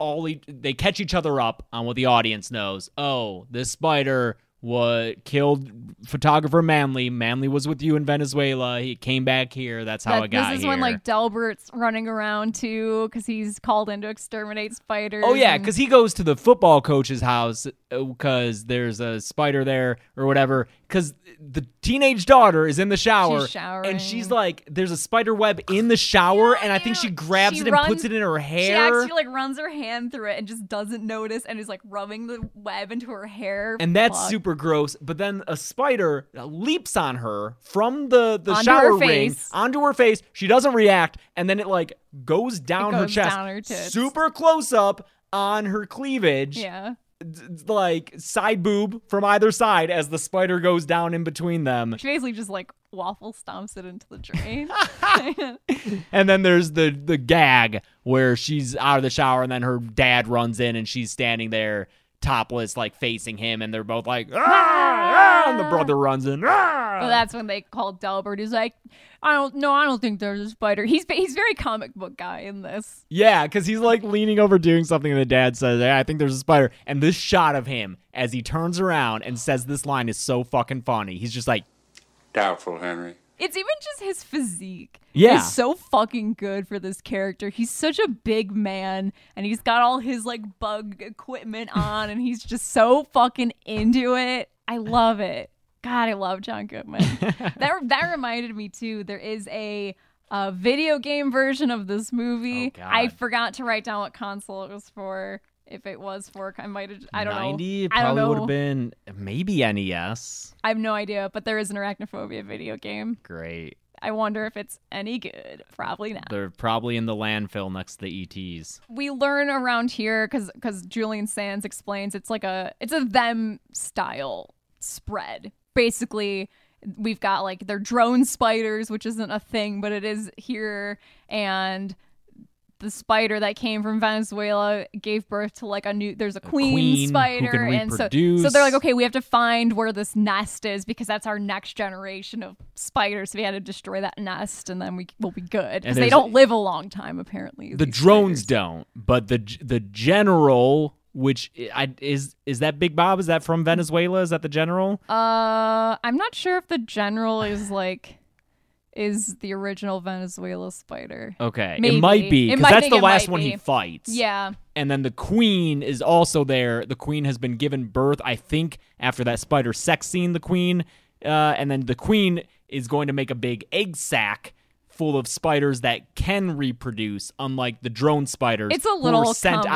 Speaker 4: all e- they catch each other up on what the audience knows. Oh, this spider what killed photographer Manley. Manley was with you in Venezuela. He came back here. That's how
Speaker 5: That-
Speaker 4: it got
Speaker 5: this is
Speaker 4: here.
Speaker 5: when like Delbert's running around too because he's called in to exterminate spiders.
Speaker 4: Oh yeah,
Speaker 5: and-
Speaker 4: because he goes to the football coach's house because there's a spider there or whatever. Because the teenage daughter is in the shower
Speaker 5: showering.
Speaker 4: and she's like, "There's a spider web in the shower," and I think she grabs
Speaker 5: She
Speaker 4: it and puts
Speaker 5: runs-
Speaker 4: it in her
Speaker 5: She
Speaker 4: hair.
Speaker 5: actually like runs her hand through it and just doesn't notice and is like rubbing the web into her hair.
Speaker 4: and that's
Speaker 5: Fuck.
Speaker 4: super gross. But then a spider leaps on her from the the
Speaker 5: Onto her
Speaker 4: shower ring
Speaker 5: face.
Speaker 4: onto her face. She doesn't react, and then it like goes down her
Speaker 5: goes
Speaker 4: chest,
Speaker 5: down her tits.
Speaker 4: super close up on her cleavage.
Speaker 5: Yeah.
Speaker 4: d- like side boob from either side as the spider goes down in between them.
Speaker 5: She basically just like waffle stomps it into the drain.
Speaker 4: And then there's the the gag where she's out of the shower and then her dad runs in and she's standing there topless like facing him and they're both like ah, ah," and the brother runs in. "Ah."
Speaker 5: Well, that's when they called Delbert. He's like, I don't know. I don't think there's a spider. He's he's very comic book guy in this.
Speaker 4: Yeah, cuz he's like leaning over doing something and the dad says, "Yeah, "I think there's a spider." And this shot of him as he turns around and says this line is so fucking funny. He's just like
Speaker 9: Doubtful, Henry.
Speaker 5: It's even just his physique.
Speaker 4: Yeah.
Speaker 5: Is so fucking good for this character. He's such a big man and he's got all his like bug equipment on and he's just so fucking into it. I love it. God, I love John Goodman. that that reminded me too. There is a a video game version of this movie.
Speaker 4: Oh, God.
Speaker 5: I forgot to write down what console it was for. If it was for, I might have. I don't know.
Speaker 4: 90 it
Speaker 5: I don't
Speaker 4: probably would
Speaker 5: know.
Speaker 4: have been maybe E NES.
Speaker 5: I have no idea. But there is an arachnophobia video game.
Speaker 4: Great.
Speaker 5: I wonder if it's any good. Probably not.
Speaker 4: They're probably in the landfill next to the E ETs.
Speaker 5: we learn around here because because Julian Sands explains it's like a it's a them style spread. Basically, we've got like their drone spiders, which isn't a thing, but it is here, and the spider that came from Venezuela gave birth to like a new there's a queen,
Speaker 4: queen who
Speaker 5: spider
Speaker 4: can
Speaker 5: and so so
Speaker 4: reproduce.
Speaker 5: they're like okay we have to find where this nest is because that's our next generation of spiders we had to destroy that nest and then we will be good because they
Speaker 4: there's-
Speaker 5: don't live a long time apparently
Speaker 4: The
Speaker 5: these
Speaker 4: drones
Speaker 5: spiders.
Speaker 4: don't, but the the general, which I, is is that Big Bob? Is that from Venezuela? Is that the general?
Speaker 5: Uh, I'm not sure if the general is like is the original Venezuela spider.
Speaker 4: Okay, it
Speaker 5: Maybe.
Speaker 4: might be
Speaker 5: It
Speaker 4: because
Speaker 5: might- I
Speaker 4: that's
Speaker 5: think
Speaker 4: the
Speaker 5: it might
Speaker 4: last one he
Speaker 5: be.
Speaker 4: fights.
Speaker 5: Yeah,
Speaker 4: and then the queen is also there. The queen has been given birth, I think, after that spider sex scene. The queen, uh, and then the queen is going to make a big egg sac full of spiders that can reproduce, unlike the drone spiders.
Speaker 5: It's a
Speaker 4: who were
Speaker 5: little
Speaker 4: sent out- It's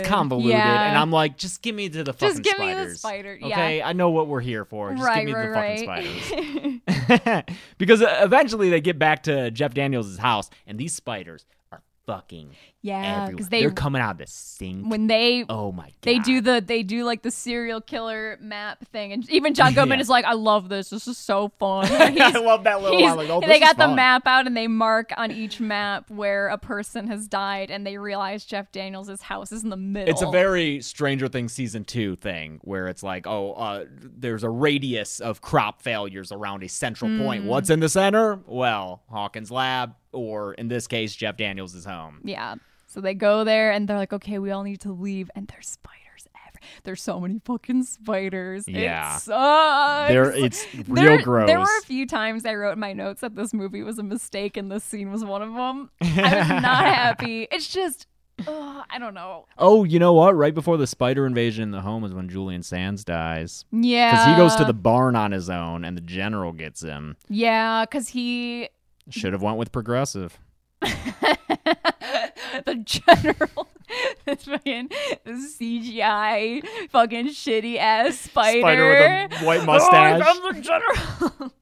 Speaker 5: convoluted.
Speaker 4: convoluted,
Speaker 5: Yeah.
Speaker 4: and I'm like, just give me to the
Speaker 5: Just
Speaker 4: fucking
Speaker 5: give me the
Speaker 4: spiders.
Speaker 5: spider, yeah.
Speaker 4: Okay, I know what we're here for. Just
Speaker 5: right,
Speaker 4: give me
Speaker 5: right,
Speaker 4: the
Speaker 5: right.
Speaker 4: fucking spiders. because uh, eventually they get back to Jeff Daniels' house, and these spiders are fucking
Speaker 5: yeah,
Speaker 4: everywhere.
Speaker 5: because they
Speaker 4: are coming out of the sink.
Speaker 5: when they
Speaker 4: oh my god,
Speaker 5: they do the they do like the serial killer map thing, and even John Goodman
Speaker 4: Yeah.
Speaker 5: is like, I love this. This is so fun.
Speaker 4: I
Speaker 5: He's-
Speaker 4: love that little
Speaker 5: he's-
Speaker 4: one. Like, oh,
Speaker 5: they
Speaker 4: this is
Speaker 5: got the
Speaker 4: fun.
Speaker 5: map out and they mark on each map where a person has died, and they realize Jeff Daniels' house is in the middle.
Speaker 4: It's a very Stranger Things season two thing where it's like, oh, uh, there's a radius of crop failures around a central point.
Speaker 5: Mm.
Speaker 4: What's in the center? Well, Hawkins' lab, or in this case, Jeff Daniels' home.
Speaker 5: Yeah. So they go there and they're like, okay, we all need to leave. And there's spiders everywhere. there's so many fucking spiders.
Speaker 4: Yeah.
Speaker 5: It sucks.
Speaker 4: There, it's real
Speaker 5: There-
Speaker 4: gross.
Speaker 5: There were a few times I wrote in my notes that this movie was a mistake and this scene was one of them. I was not happy. It's just, ugh, I don't know.
Speaker 4: oh, you know what? Right before the spider invasion in the home is when Julian Sands dies.
Speaker 5: Yeah.
Speaker 4: Because he goes to the barn on his own and the general gets him.
Speaker 5: Yeah, because he.
Speaker 4: Should have went with progressive.
Speaker 5: the general. this fucking this CGI fucking shitty ass spider.
Speaker 4: with a white mustache.
Speaker 5: Oh, I'm the general.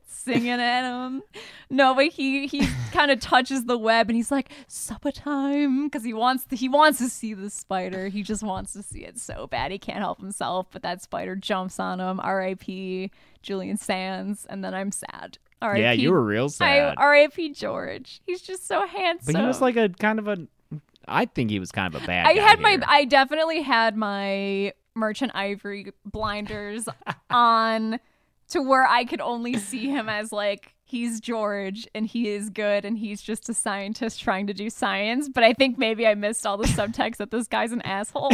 Speaker 5: Singing at him. No, but he he kind of touches the web and he's like supper time because he wants the, he wants to see the spider. He just wants to see it so bad he can't help himself. But that spider jumps on him. R.I.P. Julian Sands. And then I'm sad. R.I.P.
Speaker 4: Yeah, you were real
Speaker 5: I
Speaker 4: sad.
Speaker 5: R.I.P. George. He's just so handsome.
Speaker 4: but he was like a kind of a. I think he was kind of a bad
Speaker 5: I
Speaker 4: guy
Speaker 5: had my
Speaker 4: here.
Speaker 5: I definitely had my merchant ivory blinders on to where I could only see him as like he's George and he is good and he's just a scientist trying to do science. But I think maybe I missed all the subtext that this guy's an asshole.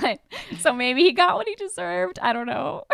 Speaker 5: but, so maybe he got what he deserved. I don't know.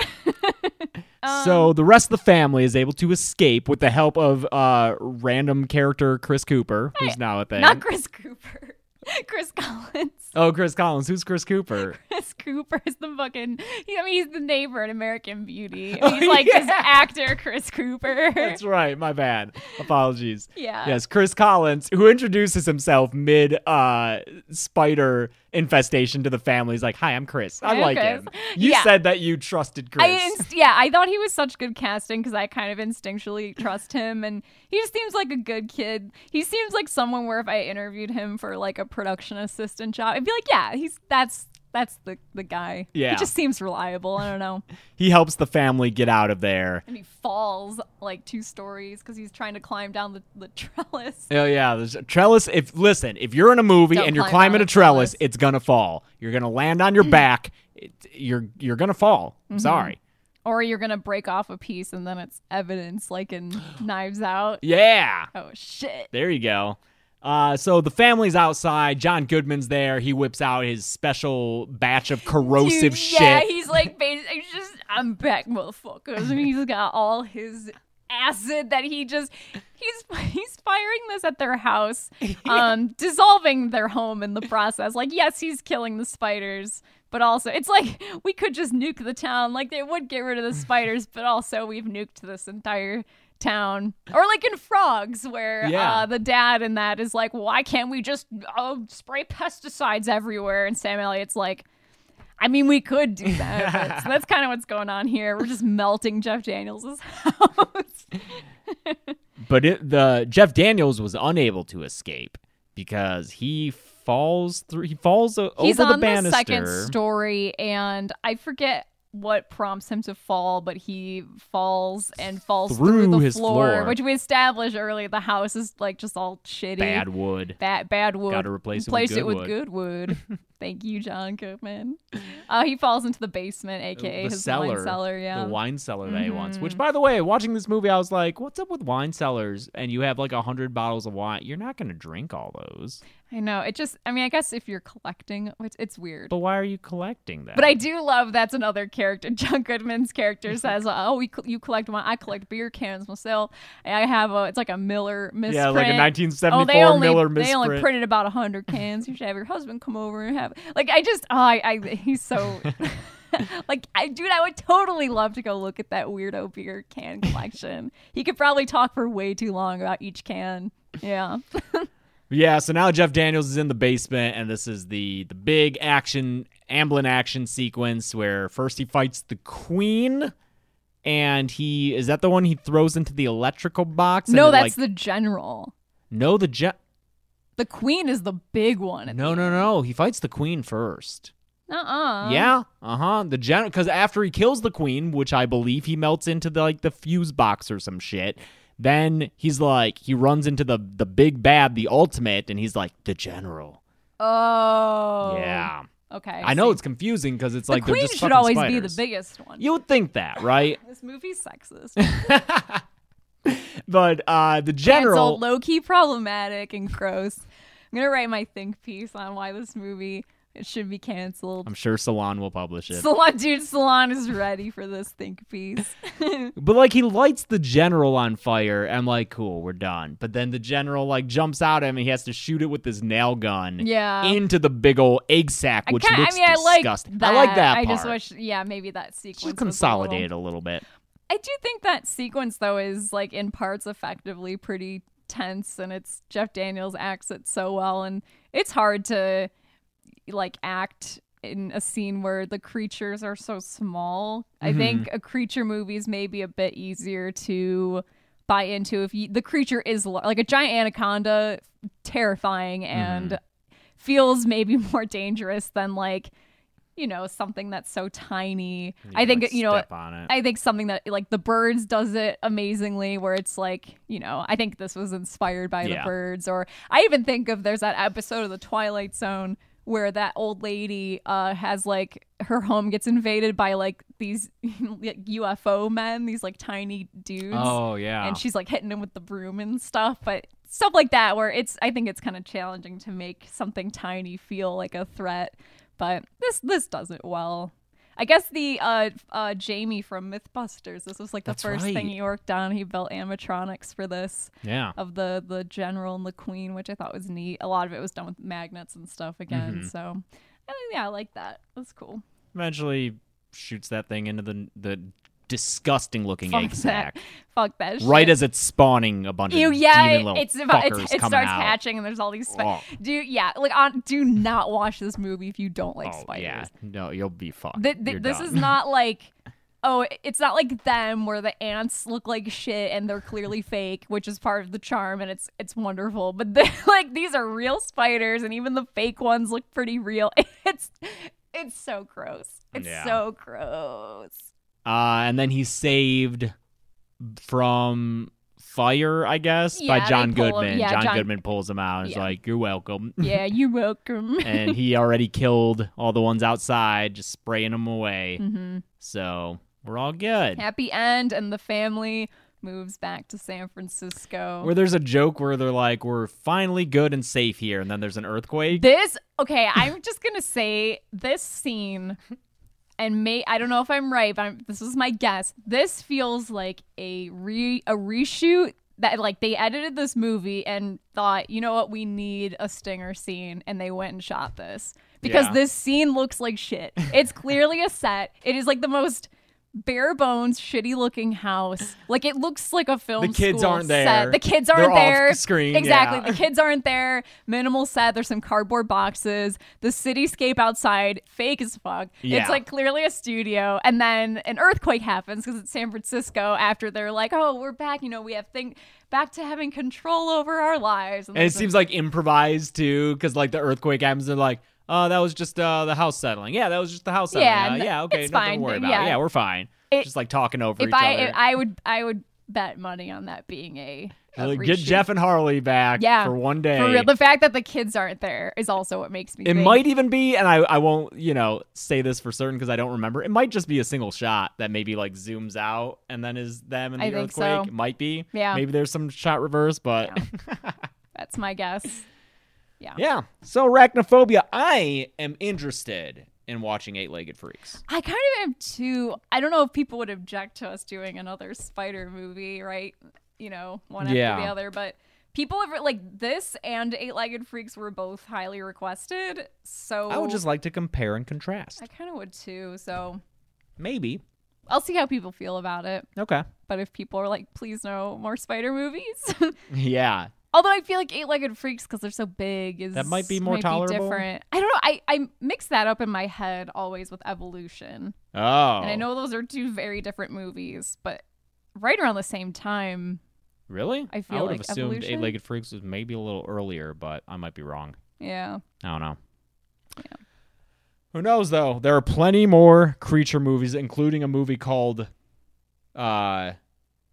Speaker 5: Um,
Speaker 4: so the rest of the family is able to escape with the help of uh, random character Chris Cooper, who's now a thing.
Speaker 5: Not Chris Cooper. Chris Collins.
Speaker 4: oh, Chris Collins. Who's Chris Cooper?
Speaker 5: Chris Cooper is the fucking. He, I mean, he's the neighbor in American Beauty. And he's like just actor Chris Cooper.
Speaker 4: Oh, That's right. My bad. Apologies.
Speaker 5: Yeah.
Speaker 4: Yes, Chris Collins, who introduces himself mid uh, spider infestation to the family. He's like, "Hi, I'm Chris. I
Speaker 5: I'm
Speaker 4: like
Speaker 5: Chris."
Speaker 4: him." You
Speaker 5: Yeah.
Speaker 4: said that you trusted Chris.
Speaker 5: I inst- yeah, I thought he was such good casting because I kind of instinctually trust him, and he just seems like a good kid. He seems like someone where if I interviewed him for like a production assistant job, I'd be like, yeah, he's that's that's the the guy.
Speaker 4: Yeah.
Speaker 5: he just seems reliable. I don't know.
Speaker 4: he helps the family get out of there.
Speaker 5: And he falls like two stories because he's trying to climb down the, the trellis.
Speaker 4: Oh yeah, there's a trellis. If listen, if you're in a movie
Speaker 5: Don't
Speaker 4: and you're
Speaker 5: climb
Speaker 4: climbing
Speaker 5: on
Speaker 4: a
Speaker 5: a
Speaker 4: trellis,
Speaker 5: trellis. Mm.
Speaker 4: it's gonna fall. You're gonna land on your back. It, you're you're gonna fall.
Speaker 5: Mm-hmm.
Speaker 4: I'm sorry.
Speaker 5: Or you're gonna break off a piece and then it's evidence, like in Knives Out.
Speaker 4: Yeah.
Speaker 5: Oh shit!
Speaker 4: There you go. Uh, so the family's outside. John Goodman's there. He whips out his special batch of corrosive
Speaker 5: Dude,
Speaker 4: shit.
Speaker 5: Yeah, he's like, basi- he's just, I'm back, motherfuckers. And he's got all his acid that he just, he's he's firing this at their house, um, dissolving their home in the process. Like, yes, he's killing the spiders. But also, it's like we could just nuke the town. Like they would get rid of the spiders, but also we've nuked this entire town. Or like in Frogs, where
Speaker 4: Yeah.
Speaker 5: uh, the dad in that is like, why can't we just uh, spray pesticides everywhere? And Sam Elliott's like, I mean, we could do that. but- so that's kind of what's going on here. We're just melting Jeff Daniels' house.
Speaker 4: But it, the Jeff Daniels was unable to escape because he falls through. He falls o-
Speaker 5: He's
Speaker 4: over
Speaker 5: on
Speaker 4: the banister.
Speaker 5: second story, and I forget what prompts him to fall, but he falls and falls through,
Speaker 4: Through
Speaker 5: the
Speaker 4: his
Speaker 5: floor,
Speaker 4: floor.
Speaker 5: which we established earlier. The house is like just all shitty.
Speaker 4: Bad wood.
Speaker 5: Bad, bad wood.
Speaker 4: Gotta replace it with good wood.
Speaker 5: good wood. Thank you, John Goodman. Uh, he falls into the basement, aka
Speaker 4: the
Speaker 5: his
Speaker 4: cellar,
Speaker 5: wine cellar. Yeah, Mm-hmm.
Speaker 4: the wine cellar that he wants. Which, by the way, watching this movie, I was like, "What's up with wine cellars?" And you have like a hundred bottles of wine. You're not going to drink all those.
Speaker 5: I know. It just, I mean, I guess if you're collecting, it's, it's weird.
Speaker 4: But why are you collecting them?
Speaker 5: But I do love that's another character. John Goodman's
Speaker 4: Mm-hmm.
Speaker 5: character says, "Oh, we cl- you collect wine. I collect beer cans myself. And I have a it's like a Miller misprint.
Speaker 4: Yeah, like a 1974
Speaker 5: oh, they only,
Speaker 4: Miller
Speaker 5: They only
Speaker 4: misprint.
Speaker 5: printed about hundred cans. You should have your husband come over and have like I just oh, I, I he's so." like I dude, I would totally love to go look at that weirdo beer can collection. he could probably talk for way too long about each can. Yeah.
Speaker 4: Yeah, so now Jeff Daniels is in the basement, and this is the the big action, Amblin action sequence where first he fights the queen, and he is that the one he throws into the electrical box. and
Speaker 5: no,
Speaker 4: it,
Speaker 5: that's
Speaker 4: like-
Speaker 5: the general.
Speaker 4: no the Je-
Speaker 5: The queen is the big one.
Speaker 4: No, no, no. He fights the queen first.
Speaker 5: Uh-uh.
Speaker 4: Yeah, uh huh. The general, because after he kills the queen, which I believe he melts into the like the fuse box or some shit. Then he's like, he runs into the the big bad, the ultimate, and he's like the general.
Speaker 5: Oh.
Speaker 4: Yeah.
Speaker 5: Okay.
Speaker 4: I know it's confusing because it's
Speaker 5: the
Speaker 4: like
Speaker 5: queen
Speaker 4: they're just
Speaker 5: should
Speaker 4: fucking
Speaker 5: always be the
Speaker 4: spiders.
Speaker 5: biggest one.
Speaker 4: You would think that, right?
Speaker 5: This movie's sexist.
Speaker 4: but uh, the
Speaker 5: Cancel,
Speaker 4: general,
Speaker 5: low key problematic and gross. I'm gonna write my think piece on why this movie It should be canceled.
Speaker 4: I'm sure Salon will publish it.
Speaker 5: Salon, dude, Salon is ready for this think piece.
Speaker 4: But like he lights the general on fire and like cool, we're done. But then the general like jumps out at him and he has to shoot it with his nail gun
Speaker 5: Yeah.
Speaker 4: into the big old egg sack,
Speaker 5: Um, I
Speaker 4: which
Speaker 5: kinda-
Speaker 4: looks
Speaker 5: I mean,
Speaker 4: disgusting.
Speaker 5: I like that.
Speaker 4: I like that
Speaker 5: I
Speaker 4: part.
Speaker 5: just wish, yeah, maybe that sequence
Speaker 4: just
Speaker 5: was a little-
Speaker 4: consolidate it a little bit.
Speaker 5: I do think that sequence though is like in parts effectively pretty tense and it's Jeff Daniels acts it so well and it's hard to like act in a scene where the creatures are so small. I think a creature movie is maybe a bit easier to buy into if you, the creature is lar- like a giant anaconda terrifying and feels maybe more dangerous than like you know something that's so tiny. I think
Speaker 4: like,
Speaker 5: you know
Speaker 4: step on it.
Speaker 5: I think something that like the birds does it amazingly where it's like, you know, I think this was inspired by
Speaker 4: Yeah.
Speaker 5: the birds or I even think of there's that episode of the Twilight Zone where that old lady uh has like her home gets invaded by like these like, UFO men, these like tiny dudes.
Speaker 4: Oh yeah.
Speaker 5: And she's like hitting them with the broom and stuff, but stuff like that where it's I think it's kind of challenging to make something tiny feel like a threat, but this this does it well. I guess the uh, uh, Jamie from MythBusters. This was like the
Speaker 4: That's
Speaker 5: first thing
Speaker 4: right.
Speaker 5: he worked on. He built animatronics for this
Speaker 4: yeah.
Speaker 5: of the the general and the queen, which I thought was neat. A lot of it was done with magnets and stuff again.
Speaker 4: Mm-hmm.
Speaker 5: So, I think, yeah, I like that. That's cool.
Speaker 4: Eventually shoots that thing into the the disgusting looking
Speaker 5: Fuck
Speaker 4: egg
Speaker 5: that.
Speaker 4: sack.
Speaker 5: Fuck that. Shit.
Speaker 4: Right as it's spawning a bunch
Speaker 5: Ew,
Speaker 4: of
Speaker 5: yeah,
Speaker 4: demon little
Speaker 5: it, it's about,
Speaker 4: fuckers
Speaker 5: it's, it
Speaker 4: coming
Speaker 5: starts
Speaker 4: out. Oh,
Speaker 5: hatching and there's all these
Speaker 4: Ugh.
Speaker 5: spiders. Do yeah, like on, do not watch this movie if you don't like
Speaker 4: oh
Speaker 5: spiders.
Speaker 4: yeah, no, you'll be fucked.
Speaker 5: Th- th-
Speaker 4: You're
Speaker 5: this
Speaker 4: done.
Speaker 5: is not like oh, it's not like them where the ants look like shit and they're clearly fake, which is part of the charm and it's it's wonderful. But the- like these are real spiders and even the fake ones look pretty real. It's it's so gross. It's
Speaker 4: Yeah.
Speaker 5: so gross.
Speaker 4: Uh, and then he's saved from fire, I guess,
Speaker 5: Yeah,
Speaker 4: by
Speaker 5: they
Speaker 4: John
Speaker 5: pull him-
Speaker 4: Goodman.
Speaker 5: yeah,
Speaker 4: John,
Speaker 5: John-
Speaker 4: Goodman pulls him out and is
Speaker 5: Yeah.
Speaker 4: like, You're welcome.
Speaker 5: Yeah, you're welcome.
Speaker 4: and he already killed all the ones outside, just spraying them away.
Speaker 5: mm-hmm.
Speaker 4: So we're all good.
Speaker 5: happy end and the family moves back to San Francisco.
Speaker 4: Where there's a joke where they're like, We're finally good and safe here. And then there's an earthquake.
Speaker 5: this okay, I'm just gonna say this scene and may I don't know if I'm right, but I'm, this is my guess. This feels like a re a reshoot that like they edited this movie and thought, you know what, we need a stinger scene, and they went and shot this because
Speaker 4: Yeah.
Speaker 5: this scene looks like shit. It's clearly a set. It is like the most bare bones, shitty looking house. Like it looks like a film.
Speaker 4: The kids
Speaker 5: school
Speaker 4: aren't
Speaker 5: set.
Speaker 4: there.
Speaker 5: The kids
Speaker 4: They're
Speaker 5: aren't
Speaker 4: off
Speaker 5: there.
Speaker 4: screen,
Speaker 5: Exactly.
Speaker 4: yeah.
Speaker 5: The kids aren't there. Minimal set. There's some cardboard boxes. The cityscape outside, fake as fuck.
Speaker 4: Yeah.
Speaker 5: It's like clearly a studio. And then an earthquake happens because it's San Francisco. After they're like, oh, we're back. You know, we have thing back to having control over our lives.
Speaker 4: And it
Speaker 5: there's a-
Speaker 4: seems like improvised too, because like the earthquake happens, they're like, "Oh, that was just uh, the house settling." Yeah, that was just the house settling.
Speaker 5: Yeah,
Speaker 4: Uh,
Speaker 5: and
Speaker 4: yeah, okay,
Speaker 5: it's
Speaker 4: no,
Speaker 5: fine.
Speaker 4: don't worry about
Speaker 5: Yeah.
Speaker 4: it. Yeah, we're fine.
Speaker 5: It-
Speaker 4: just like talking over
Speaker 5: if
Speaker 4: each
Speaker 5: I,
Speaker 4: other.
Speaker 5: I would, I would bet money on that being a. a
Speaker 4: Like, get
Speaker 5: reshoot.
Speaker 4: Jeff and Harley back
Speaker 5: Yeah.
Speaker 4: for one day.
Speaker 5: For real, the fact that the kids aren't there is also what makes me.
Speaker 4: it
Speaker 5: think.
Speaker 4: might even be, and I, I won't, you know, say this for certain because I don't remember. It might just be a single shot that maybe like zooms out and then is them and the
Speaker 5: I think so.
Speaker 4: earthquake. It might be.
Speaker 5: Yeah.
Speaker 4: Maybe there's some shot reverse, but
Speaker 5: That's my guess.
Speaker 4: yeah. So arachnophobia, I am interested in watching Eight Legged Freaks.
Speaker 5: I kind of am too. I don't know if people would object to us doing another spider movie, right? You know, one
Speaker 4: Yeah.
Speaker 5: after the other, but people have like this and Eight-Legged Freaks were both highly requested. So
Speaker 4: I would just like to compare and contrast.
Speaker 5: Oh. I kind of would too. So
Speaker 4: Maybe.
Speaker 5: I'll see how people feel about it.
Speaker 4: Okay.
Speaker 5: But if people are like, please no more spider movies.
Speaker 4: Yeah.
Speaker 5: Although I feel like eight-legged freaks because they're so big is
Speaker 4: That might be more tolerable.
Speaker 5: different. I don't know. I I mix that up in my head always with evolution.
Speaker 4: Oh.
Speaker 5: And I know those are two very different movies, but right around the same time.
Speaker 4: Really?
Speaker 5: I feel
Speaker 4: would
Speaker 5: like
Speaker 4: have assumed
Speaker 5: evolution-
Speaker 4: Eight Legged Freaks was maybe a little earlier, but I might be wrong.
Speaker 5: Yeah.
Speaker 4: I don't know. Who knows though? There are plenty more creature movies, including a movie called uh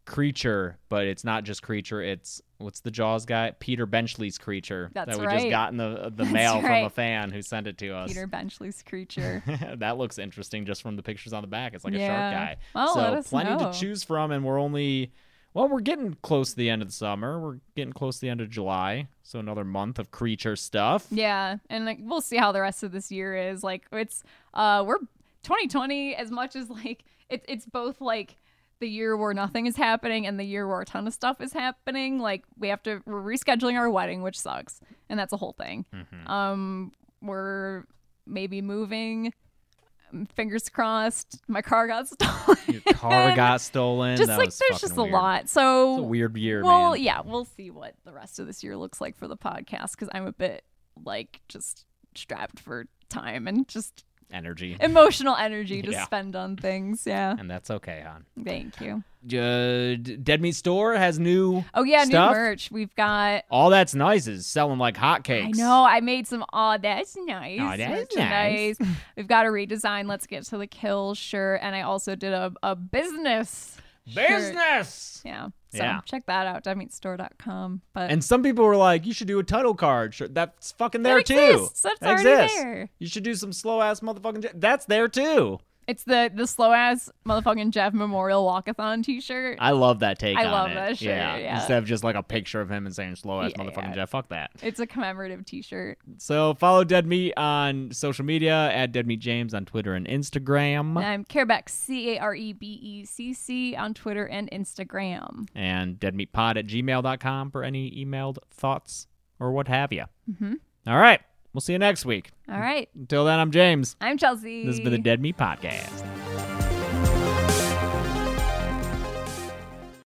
Speaker 4: Creature, but it's not just Creature, it's what's the Jaws guy? Peter Benchley's Creature
Speaker 5: That's
Speaker 4: that we just
Speaker 5: right.
Speaker 4: got in the the
Speaker 5: That's
Speaker 4: mail from a
Speaker 5: right.
Speaker 4: fan who sent it to us.
Speaker 5: Peter Benchley's creature.
Speaker 4: that looks interesting just from the pictures on the back. It's like a
Speaker 5: Yeah.
Speaker 4: shark guy.
Speaker 5: Well,
Speaker 4: so
Speaker 5: let us
Speaker 4: plenty
Speaker 5: know.
Speaker 4: to choose from and we're only Well, we're getting close to the end of the summer. We're getting close to the end of July. So another month of creature stuff.
Speaker 5: Yeah, and like we'll see how the rest of this year is. Like it's uh we're 2020 as much as like it's it's both like the year where nothing is happening and the year where a ton of stuff is happening. Like we have to we're rescheduling our wedding, which sucks, and that's a whole thing.
Speaker 4: Mm-hmm.
Speaker 5: Um, we're maybe moving. Fingers crossed, my car got stolen.
Speaker 4: Your car got stolen.
Speaker 5: just
Speaker 4: that
Speaker 5: like
Speaker 4: was
Speaker 5: there's
Speaker 4: fucking
Speaker 5: just
Speaker 4: weird.
Speaker 5: a lot.
Speaker 4: It's
Speaker 5: So
Speaker 4: a weird year,
Speaker 5: well,
Speaker 4: man.
Speaker 5: yeah, we'll see what the rest of this year looks like for the podcast because I'm a bit like just strapped for time and just
Speaker 4: Energy.
Speaker 5: emotional energy to
Speaker 4: Yeah.
Speaker 5: spend on things. Yeah.
Speaker 4: And that's okay, hon.
Speaker 5: Thank you.
Speaker 4: Uh, D- Dead Meat Store has new.
Speaker 5: Oh yeah,
Speaker 4: Stuff?
Speaker 5: new merch. We've got.
Speaker 4: All that's nice is selling like hotcakes.
Speaker 5: I know. I made some. Oh, that's nice.
Speaker 4: Aw, that's
Speaker 5: merchandise. We've got a redesign. Let's get to the kill shirt, and I also did a a business. shirt.
Speaker 4: Business.
Speaker 5: Yeah. So
Speaker 4: Yeah.
Speaker 5: check that out. Deadmeatstore.com. But
Speaker 4: And some people were like, "You should do a title card." Sure, that's fucking there
Speaker 5: That
Speaker 4: too.
Speaker 5: exists. That's
Speaker 4: That
Speaker 5: already
Speaker 4: exists.
Speaker 5: there.
Speaker 4: You should do some slow ass motherfucking. j- That's there too.
Speaker 5: It's the the slow ass motherfucking Jeff Memorial Walkathon T-shirt.
Speaker 4: I love that take.
Speaker 5: I
Speaker 4: on
Speaker 5: love
Speaker 4: it.
Speaker 5: that shit, yeah.
Speaker 4: Instead of just like a picture of him and saying slow ass
Speaker 5: Yeah,
Speaker 4: motherfucking
Speaker 5: yeah.
Speaker 4: Jeff. Fuck that.
Speaker 5: It's a commemorative T-shirt.
Speaker 4: So follow Dead Meat on social media at Dead Meat James on Twitter and Instagram.
Speaker 5: I'm Carebeck, Um, C A R E B E C C, on Twitter and Instagram.
Speaker 4: and deadmeatpod at gmail.com for any emailed thoughts or what have you. Mm-hmm. right. We'll see you next week.
Speaker 5: All right,
Speaker 4: Until then, I'm James.
Speaker 5: I'm Chelsea.
Speaker 4: This has been the Dead Meat Podcast.